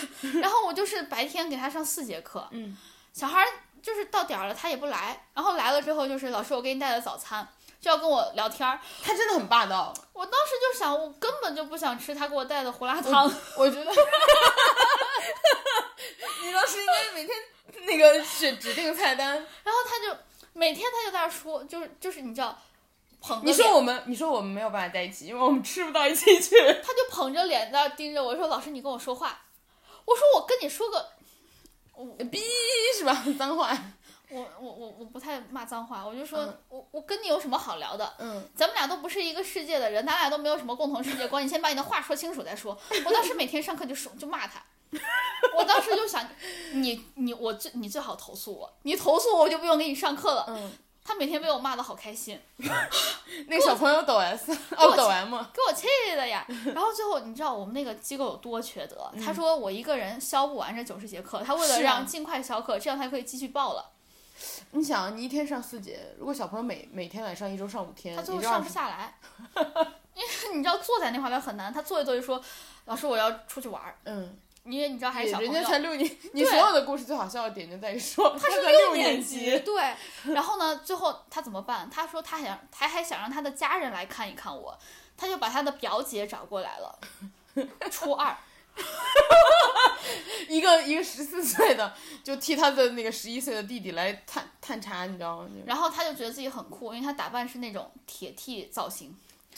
Speaker 1: 然后我就是白天给他上四节课，
Speaker 2: 嗯，
Speaker 1: 小孩儿就是到点儿了他也不来，然后来了之后就是老师我给你带了早餐，就要跟我聊天儿。
Speaker 2: 他真的很霸道。
Speaker 1: 我当时就想，我根本就不想吃他给我带的胡辣汤，
Speaker 2: 我觉得， 你当时应该每天那个选指定菜单。
Speaker 1: 然后他就每天他就在那儿说，就是就是你知道，捧着
Speaker 2: 你
Speaker 1: 脸
Speaker 2: 说我们，你说我们没有办法在一起，因为我们吃不到一起去。
Speaker 1: 他就捧着脸在那儿盯着我说：“老师，你跟我说话。”我说：“我跟你说个，
Speaker 2: 逼是吧？脏话。
Speaker 1: 我我我我不太骂脏话，我就说、
Speaker 2: 嗯
Speaker 1: 我我跟你有什么好聊的？
Speaker 2: 嗯，
Speaker 1: 咱们俩都不是一个世界的人，咱俩都没有什么共同世界观。你先把你的话说清楚再说。”我当时每天上课就说就骂他。我当时就想，你你我最你最好投诉我，你投诉我我就不用给你上课了。
Speaker 2: 嗯，
Speaker 1: 他每天被我骂的好开心，
Speaker 2: 那个小朋友抖 S 哦抖 M，
Speaker 1: 给我气的呀。然后最后你知道我们那个机构有多缺德？他说我一个人消不完这九十节课，他为了
Speaker 2: 嗯是啊
Speaker 1: 让尽快消课，这样才可以继续报了。
Speaker 2: 你想你一天上四节，如果小朋友每每天来上，一周上五天，
Speaker 1: 他最后
Speaker 2: 一周二
Speaker 1: 上
Speaker 2: 十
Speaker 1: 不下来， 因为你知道坐在那块边很难。他坐一坐就说：“老师，我要出去玩儿。
Speaker 2: 嗯，”
Speaker 1: 因为你知道还是小朋
Speaker 2: 人家
Speaker 1: 友。
Speaker 2: 才六 年，你所有的故事最好笑的点就在于说他
Speaker 1: 是
Speaker 2: 才六
Speaker 1: 年
Speaker 2: 级，
Speaker 1: 对，然后呢，最后他怎么办？他说他想，他还想让他的家人来看一看我，他就把他的表姐找过来了，初二，
Speaker 2: 一个一个十四岁的就替他的那个十一岁的弟弟来探探查，你知道吗？
Speaker 1: 然后他就觉得自己很酷，因为他打扮是那种铁 T 造型。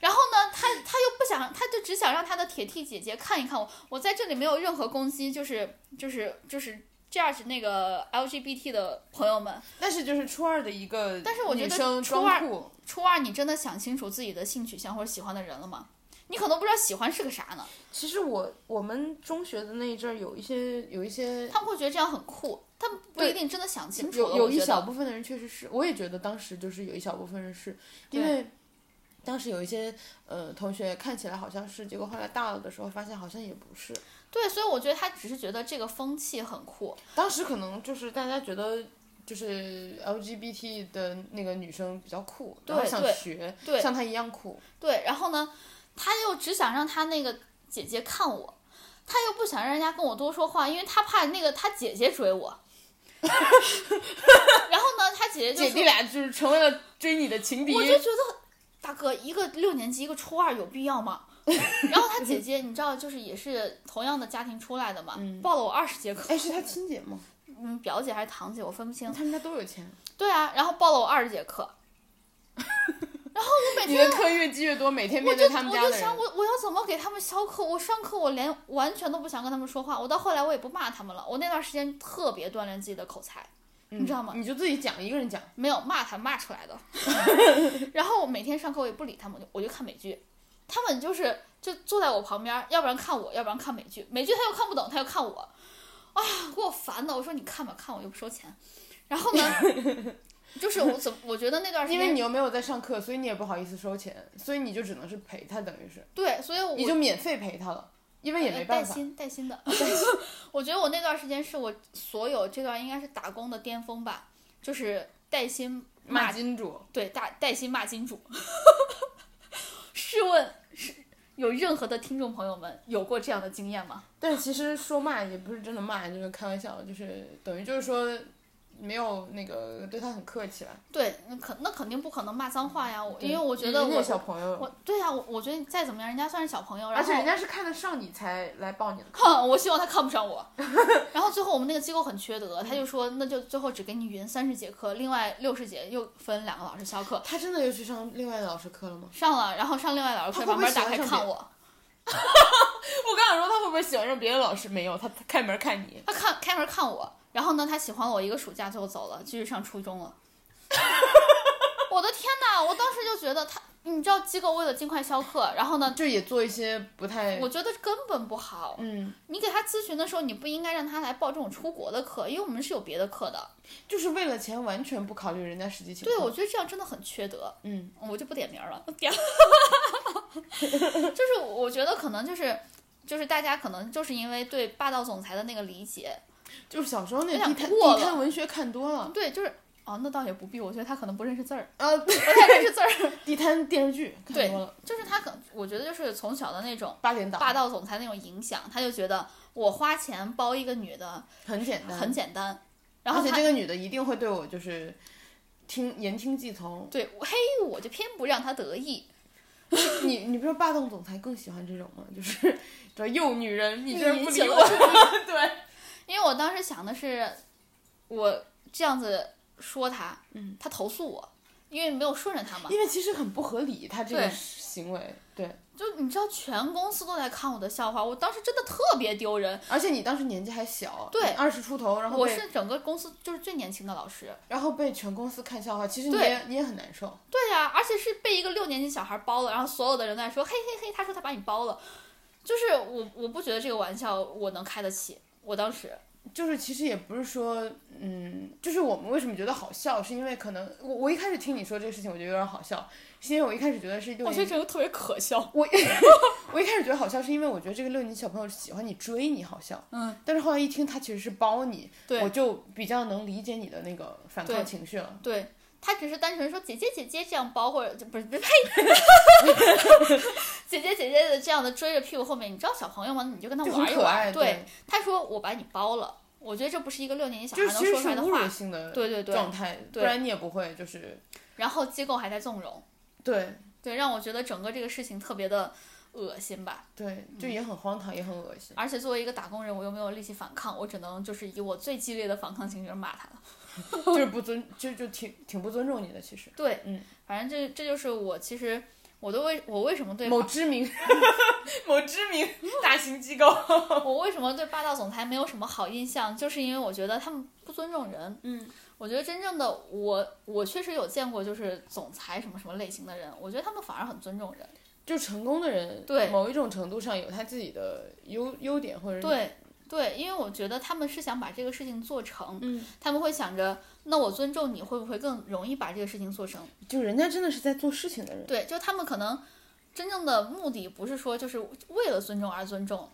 Speaker 1: 然后呢，他他又不想，他就只想让他的铁 T 姐姐看一看我。我在这里没有任何攻击，就是就是就是。judge 那个 LGBT 的朋友们，
Speaker 2: 但是就是初二的一个，
Speaker 1: 但是我觉得
Speaker 2: 女生
Speaker 1: 初二
Speaker 2: 装酷，
Speaker 1: 初二你真的想清楚自己的性取向或者喜欢的人了吗？你可能不知道喜欢是个啥呢，
Speaker 2: 其实我我们中学的那一阵儿有一些有一些
Speaker 1: 他们会觉得这样很酷，他们不
Speaker 2: 对
Speaker 1: 一定真的想清楚了。
Speaker 2: 有有
Speaker 1: 我觉
Speaker 2: 一
Speaker 1: 得
Speaker 2: 小部分的人确实是，我也觉得当时就是有一小部分人是因
Speaker 1: 对
Speaker 2: 为当时有一些呃同学看起来好像是，结果后来大了的时候发现好像也不是。
Speaker 1: 对，所以我觉得他只是觉得这个风气很酷，
Speaker 2: 当时可能就是大家觉得。就是 LGBT 的那个女生比较酷，然后
Speaker 1: 对
Speaker 2: 想
Speaker 1: 对
Speaker 2: 学，
Speaker 1: 对
Speaker 2: 像她一样酷。
Speaker 1: 对，然后呢，他又只想让他那个姐姐看我，他又不想让人家跟我多说话，因为他怕那个他姐姐追我。 然后呢，他姐姐就
Speaker 2: 姐弟
Speaker 1: 说
Speaker 2: 俩就是成为了追你的情敌。
Speaker 1: 我就觉得大哥一个六年级一个初二有必要吗？ 然后他姐姐你知道就是也是同样的家庭出来的嘛，报了我二十节课，
Speaker 2: 哎，是她亲姐吗？
Speaker 1: 嗯，表姐还是堂姐我分不清。
Speaker 2: 他们家都有钱。
Speaker 1: 对啊，然后报了我二十节课。然后我每
Speaker 2: 你
Speaker 1: 天
Speaker 2: 的课越积越多，每天
Speaker 1: 我
Speaker 2: 面
Speaker 1: 就
Speaker 2: 对他们
Speaker 1: 我
Speaker 2: 家
Speaker 1: 就
Speaker 2: 的人
Speaker 1: 想，。我我要怎么给他们消课？我上课我连完全都不想跟他们说话，我到后来我也不骂他们了。我那段时间特别锻炼自己的口才，你知道吗？
Speaker 2: 你就自己讲，一个人讲。
Speaker 1: 没有骂他骂出来 的。然后我每天上课我也不理他们，我就我就看美剧，他们就是就坐在我旁边，要不然看我，要不然看美剧。美剧他又看不懂，他又看我，哎呀，给我烦的。我说你看吧，看我又不收钱。然后 呢，就是我怎么我觉得那段时
Speaker 2: 因
Speaker 1: 间
Speaker 2: 为你又没有在上课，所以你也不好意思收钱，所以你就只能是陪他，等于是，
Speaker 1: 对，所以我
Speaker 2: 你就免费陪他了，因为也没办
Speaker 1: 哎带
Speaker 2: 法。
Speaker 1: 薪带薪的。 我觉得我那段时间是我所有这段应该是打工的巅峰吧，就是带薪
Speaker 2: 骂
Speaker 1: 骂
Speaker 2: 金主，
Speaker 1: 对大带薪骂金主。试问是有任何的听众朋友们有过这样的经验吗？
Speaker 2: 但是其实说骂也不是真的骂，就是开玩笑，就是等于就是说没有那个对他很客气了。
Speaker 1: 对，那肯那肯定不可能骂脏话呀，我因为我觉得
Speaker 2: 人家
Speaker 1: 我
Speaker 2: 是小朋友，
Speaker 1: 我对呀、我我觉得你再怎么样，人家算是小朋友，然
Speaker 2: 而且人
Speaker 1: 后。
Speaker 2: 家是看得上你才来抱你的。
Speaker 1: 哼， 我希望他看不上我。然后最后我们那个机构很缺德，他就说那就最后只给你匀三十节课，另外六十节又分两个老师教课。
Speaker 2: 他真的又去上另外的老师课了吗？
Speaker 1: 上了，然后上另外老师课，
Speaker 2: 他会
Speaker 1: 把
Speaker 2: 不会
Speaker 1: 门打开
Speaker 2: 喜欢上
Speaker 1: 看我。
Speaker 2: 我刚想说他会不会喜欢上别的老师？没有，他他开门看你。
Speaker 1: 他看开门看我，然后呢，他喜欢我一个暑假就走了，继续上初中了。 我的天哪！我当时就觉得他，你知道机构为了尽快销课，然后呢，
Speaker 2: 就也做一些不太，
Speaker 1: 我觉得根本不好。
Speaker 2: 嗯，
Speaker 1: 你给他咨询的时候，你不应该让他来报这种出国的课，因为我们是有别的课的。
Speaker 2: 就是为了钱完全不考虑人家实际情
Speaker 1: 对，
Speaker 2: 况。
Speaker 1: 我觉得这样真的很缺德。
Speaker 2: 嗯，
Speaker 1: 我就不点名了。 就是我觉得可能就是就是大家可能就是因为对霸道总裁的那个理解，
Speaker 2: 就是小时候那
Speaker 1: 我想
Speaker 2: 地摊
Speaker 1: 过了
Speaker 2: 地摊文学看多了，
Speaker 1: 对，就是哦，那倒也不必，我觉得他可能不认识字儿，
Speaker 2: 呃，
Speaker 1: 不太认识字儿。
Speaker 2: 地摊电视剧看
Speaker 1: 对
Speaker 2: 多了，，
Speaker 1: 就是他可，我觉得就是从小的那种
Speaker 2: 八点档
Speaker 1: 霸道总裁那种影响，他就觉得我花钱包一个女的
Speaker 2: 很简单，
Speaker 1: 很简单，然后
Speaker 2: 嗯而且
Speaker 1: 他
Speaker 2: 这个女的一定会对我就是听言听计从。
Speaker 1: 对，嘿，我就偏不让他得意。
Speaker 2: 你你不是霸道总裁更喜欢这种吗？就是这幼女人，你居然
Speaker 1: 引
Speaker 2: 不
Speaker 1: 起
Speaker 2: 理
Speaker 1: 了
Speaker 2: 我， 对，
Speaker 1: 因为我当时想的是，我这样子说他，
Speaker 2: 嗯，
Speaker 1: 他投诉我，因为没有顺着他嘛。
Speaker 2: 因为其实很不合理，他这个
Speaker 1: 对
Speaker 2: 行为，对，
Speaker 1: 就你知道，全公司都在看我的笑话，我当时真的特别丢人。
Speaker 2: 而且你当时年纪还小，
Speaker 1: 对
Speaker 2: 二十出头，然后
Speaker 1: 我
Speaker 2: 被
Speaker 1: 是整个公司就是最年轻的老师，
Speaker 2: 然后被全公司看笑话，其实你
Speaker 1: 对
Speaker 2: 也你也很难受，
Speaker 1: 对呀、而且是被一个六年级小孩包了，然后所有的人都在说嘿嘿嘿，他说他把你包了，就是我我不觉得这个玩笑我能开得起，我当时
Speaker 2: 就是其实也不是说，嗯，就是我们为什么觉得好笑，是因为可能我我一开始听你说这个事情，我觉得有点好笑，是因为我一开始觉得是六
Speaker 1: 我觉得
Speaker 2: 年。
Speaker 1: 哦这个特别可笑。
Speaker 2: 我我一开始觉得好笑，是因为我觉得这个六年级小朋友喜欢你追你好笑，
Speaker 1: 嗯，
Speaker 2: 但是后来一听他其实是包你，
Speaker 1: 对
Speaker 2: 我就比较能理解你的那个反
Speaker 1: 对
Speaker 2: 抗情绪了。
Speaker 1: 对他只是单纯说姐姐姐姐这样包，或者就不是不是呸， 姐姐姐姐的这样的追着屁股后面，你知道小朋友吗？你就跟他
Speaker 2: 就很
Speaker 1: 玩一
Speaker 2: 可爱
Speaker 1: 玩。
Speaker 2: 对，
Speaker 1: 他说我把你包了，我觉得这不是一个六年级小
Speaker 2: 就是
Speaker 1: 孩
Speaker 2: 其
Speaker 1: 能
Speaker 2: 实
Speaker 1: 说
Speaker 2: 是
Speaker 1: 出来的
Speaker 2: 侮辱
Speaker 1: 话。
Speaker 2: 性的
Speaker 1: 对对对
Speaker 2: 状态，不
Speaker 1: 对
Speaker 2: 然你也不会就是
Speaker 1: 然后机构还在纵容，
Speaker 2: 对
Speaker 1: 对，让我觉得整个这个事情特别的恶心吧。
Speaker 2: 对，就
Speaker 1: 嗯
Speaker 2: 也很荒唐，也很恶心。
Speaker 1: 而且作为一个打工人，我又没有力气反抗，我只能就是以我最激烈的反抗情绪骂他。
Speaker 2: 就是不尊，就就挺挺不尊重你的。其实，
Speaker 1: 对，
Speaker 2: 嗯，
Speaker 1: 反正这这就是我其实我都为我为什么对
Speaker 2: 某 知名某知名大型机构，
Speaker 1: 我为什么对霸道总裁没有什么好印象，就是因为我觉得他们不尊重人。
Speaker 2: 嗯，
Speaker 1: 我觉得真正的我，我确实有见过就是总裁什么什么类型的人，我觉得他们反而很尊重人。
Speaker 2: 就成功的人，
Speaker 1: 对
Speaker 2: 某一种程度上有他自己的优优点或者是，
Speaker 1: 对对，因为我觉得他们是想把这个事情做成，
Speaker 2: 嗯，
Speaker 1: 他们会想着，那我尊重你会不会更容易把这个事情做成？
Speaker 2: 就人家真的是在做事情的人。
Speaker 1: 对，就他们可能真正的目的不是说就是为了尊重而尊重，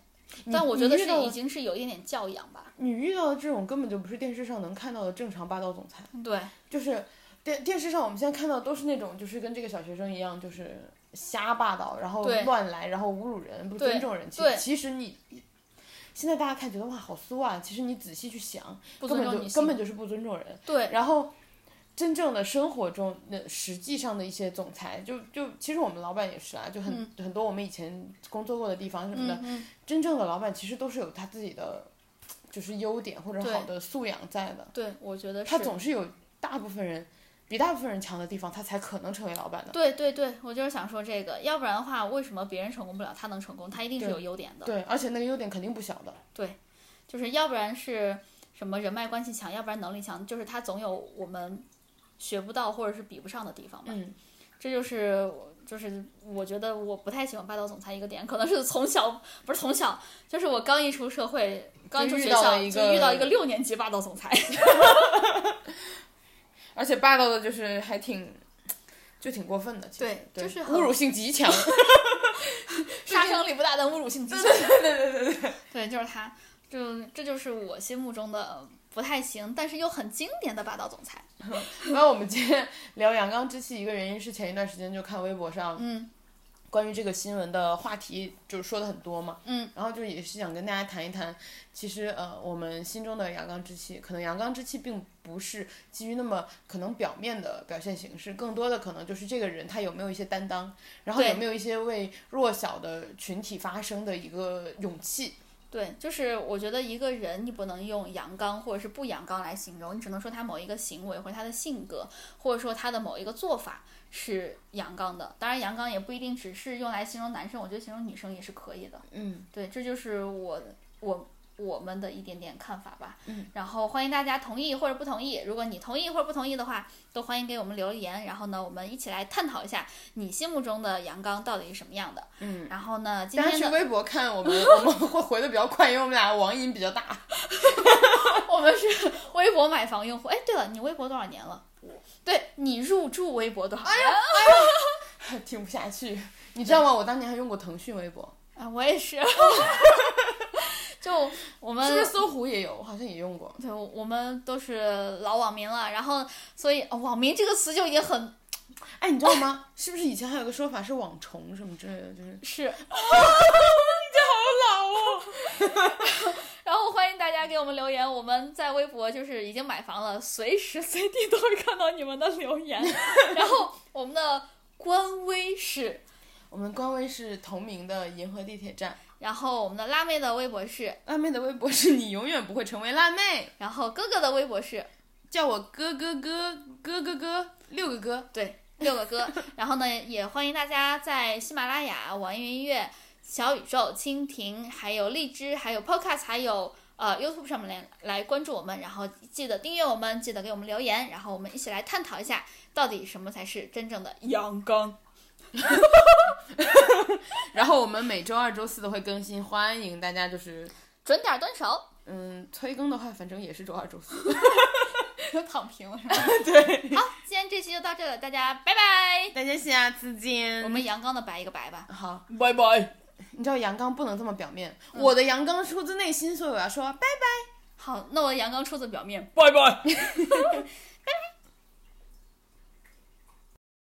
Speaker 1: 但我觉得
Speaker 2: 你
Speaker 1: 是
Speaker 2: 遇到
Speaker 1: 已经是有一点点教养吧。
Speaker 2: 你遇到的这种根本就不是电视上能看到的正常霸道总裁，
Speaker 1: 对
Speaker 2: 就是电电视上我们现在看到都是那种就是跟这个小学生一样，就是瞎霸道，然后
Speaker 1: 对
Speaker 2: 乱来，然后侮辱人，不
Speaker 1: 对
Speaker 2: 尊重人。其
Speaker 1: 对
Speaker 2: 其实你现在大家看觉得哇好酥啊，其实你仔细去想，
Speaker 1: 不
Speaker 2: 根
Speaker 1: 尊
Speaker 2: 本
Speaker 1: 重你
Speaker 2: 就
Speaker 1: 行
Speaker 2: 根
Speaker 1: 吗
Speaker 2: 本就是不尊重人。
Speaker 1: 对
Speaker 2: 然后真正的生活中，那实际上的一些总裁，就就其实我们老板也是啊，就很、很多我们以前工作过的地方什么的，
Speaker 1: 嗯嗯
Speaker 2: 真正的老板其实都是有他自己的就是优点或者
Speaker 1: 对
Speaker 2: 好的素养在的，
Speaker 1: 对，我觉得是
Speaker 2: 他总是有大部分人比大部分人强的地方，他才可能成为老板的。
Speaker 1: 对对对，我就是想说这个，要不然的话，为什么别人成功不了，他能成功？他一定是
Speaker 2: 对
Speaker 1: 有优点的，
Speaker 2: 对，而且那个优点肯定不小的。
Speaker 1: 就是要不然是什么人脉关系强，要不然能力强，就是他总有我们学不到或者是比不上的地方吧。
Speaker 2: 嗯，
Speaker 1: 这就是我就是我觉得我不太喜欢霸道总裁一个点，可能是从小不是从小，就是我刚一出社会，刚一出
Speaker 2: 就遇
Speaker 1: 学
Speaker 2: 到
Speaker 1: 校
Speaker 2: 了一
Speaker 1: 就遇到一
Speaker 2: 个
Speaker 1: 个六年级霸道总 裁。
Speaker 2: 而且霸道的就是还挺。就挺过分的，其实
Speaker 1: 对
Speaker 2: 对
Speaker 1: 就是很
Speaker 2: 侮辱性极强。
Speaker 1: 杀伤力不大，但侮辱性极强。对对对对对，就是他，就这就是我心目中的不太行，但是又很经典的霸道总裁。
Speaker 2: 那我们今天聊阳刚之气，一个原因是前一段时间就看微博上
Speaker 1: 嗯
Speaker 2: 关于这个新闻的话题，就是说的很多嘛。
Speaker 1: 嗯，
Speaker 2: 然后就也是想跟大家谈一谈，其实呃，我们心中的阳刚之气，可能阳刚之气并不是基于那么可能表面的表现形式，更多的可能就是这个人他有没有一些担当，然后
Speaker 1: 对
Speaker 2: 有没有一些为弱小的群体发声的一个勇气。
Speaker 1: 对，就是我觉得一个人你不能用阳刚或者是不阳刚来形容，你只能说他某一个行为或者他的性格，或者说他的某一个做法是阳刚的。当然，阳刚也不一定只是用来形容男生，我觉得形容女生也是可以的。
Speaker 2: 嗯，
Speaker 1: 对，这就是我我我们的一点点看法吧。嗯，然后欢迎大家同意或者不同意。如果你同意或者不同意的话，都欢迎给我们留言。然后呢，我们一起来探讨一下你心目中的阳刚到底是什么样的。
Speaker 2: 嗯，
Speaker 1: 然后呢，今
Speaker 2: 大家
Speaker 1: 天
Speaker 2: 去
Speaker 1: 的
Speaker 2: 微博看我们，我们会回的比较快，因为我们俩网瘾比较大。
Speaker 1: 我们是 微博买房用户。哎，对了，你微博多少年了？对你入驻微博多少年？
Speaker 2: 听不下去，你知道吗？我当年还用过腾讯微博，
Speaker 1: 啊，我也是。 就我们
Speaker 2: 是不是搜狐也有？我好像也用过。
Speaker 1: 对，我们都是老网民了，然后所以、哦网民这个词就已经很
Speaker 2: 哎，你知道吗？是不是以前还有个说法是网虫什么之类的？就是
Speaker 1: 是。
Speaker 2: 哦
Speaker 1: 然后欢迎大家给我们留言，我们在微博就是已经买房了，随时随地都会看到你们的留 言。然后我们的官微是，
Speaker 2: 我们官微是同名的银河地铁站，
Speaker 1: 然后我们的辣妹的微博是，
Speaker 2: 辣妹的微博是你永远不会成为辣妹，
Speaker 1: 然后哥哥的微博是，
Speaker 2: 叫我哥哥哥哥哥哥六个哥。
Speaker 1: 对，六个哥。然后呢，也欢迎大家在喜马拉雅、网易云音乐、小宇宙、蜻蜓，还有荔枝，还有 Podcast，还有呃 YouTube 上面来来关注我们，然后记得订阅我们，记得给我们留言，然后我们一起来探讨一下，到底什么才是真正的阳刚。
Speaker 2: 然后我们每周二、周四都会更新，欢迎大家就是
Speaker 1: 准点儿蹲守，
Speaker 2: 嗯催更的话，反正也是周二、周四。
Speaker 1: 躺平了是吗？对。好，今天这期就到这了，大家拜拜。
Speaker 2: 大家下次见。
Speaker 1: 我们阳刚的白一个白吧。
Speaker 2: 好。
Speaker 3: 拜拜。
Speaker 2: 你知道阳刚不能这么表面，我的阳刚出自内心，所以我要说拜拜。
Speaker 1: 好，那我阳刚出自表面。
Speaker 3: 拜拜。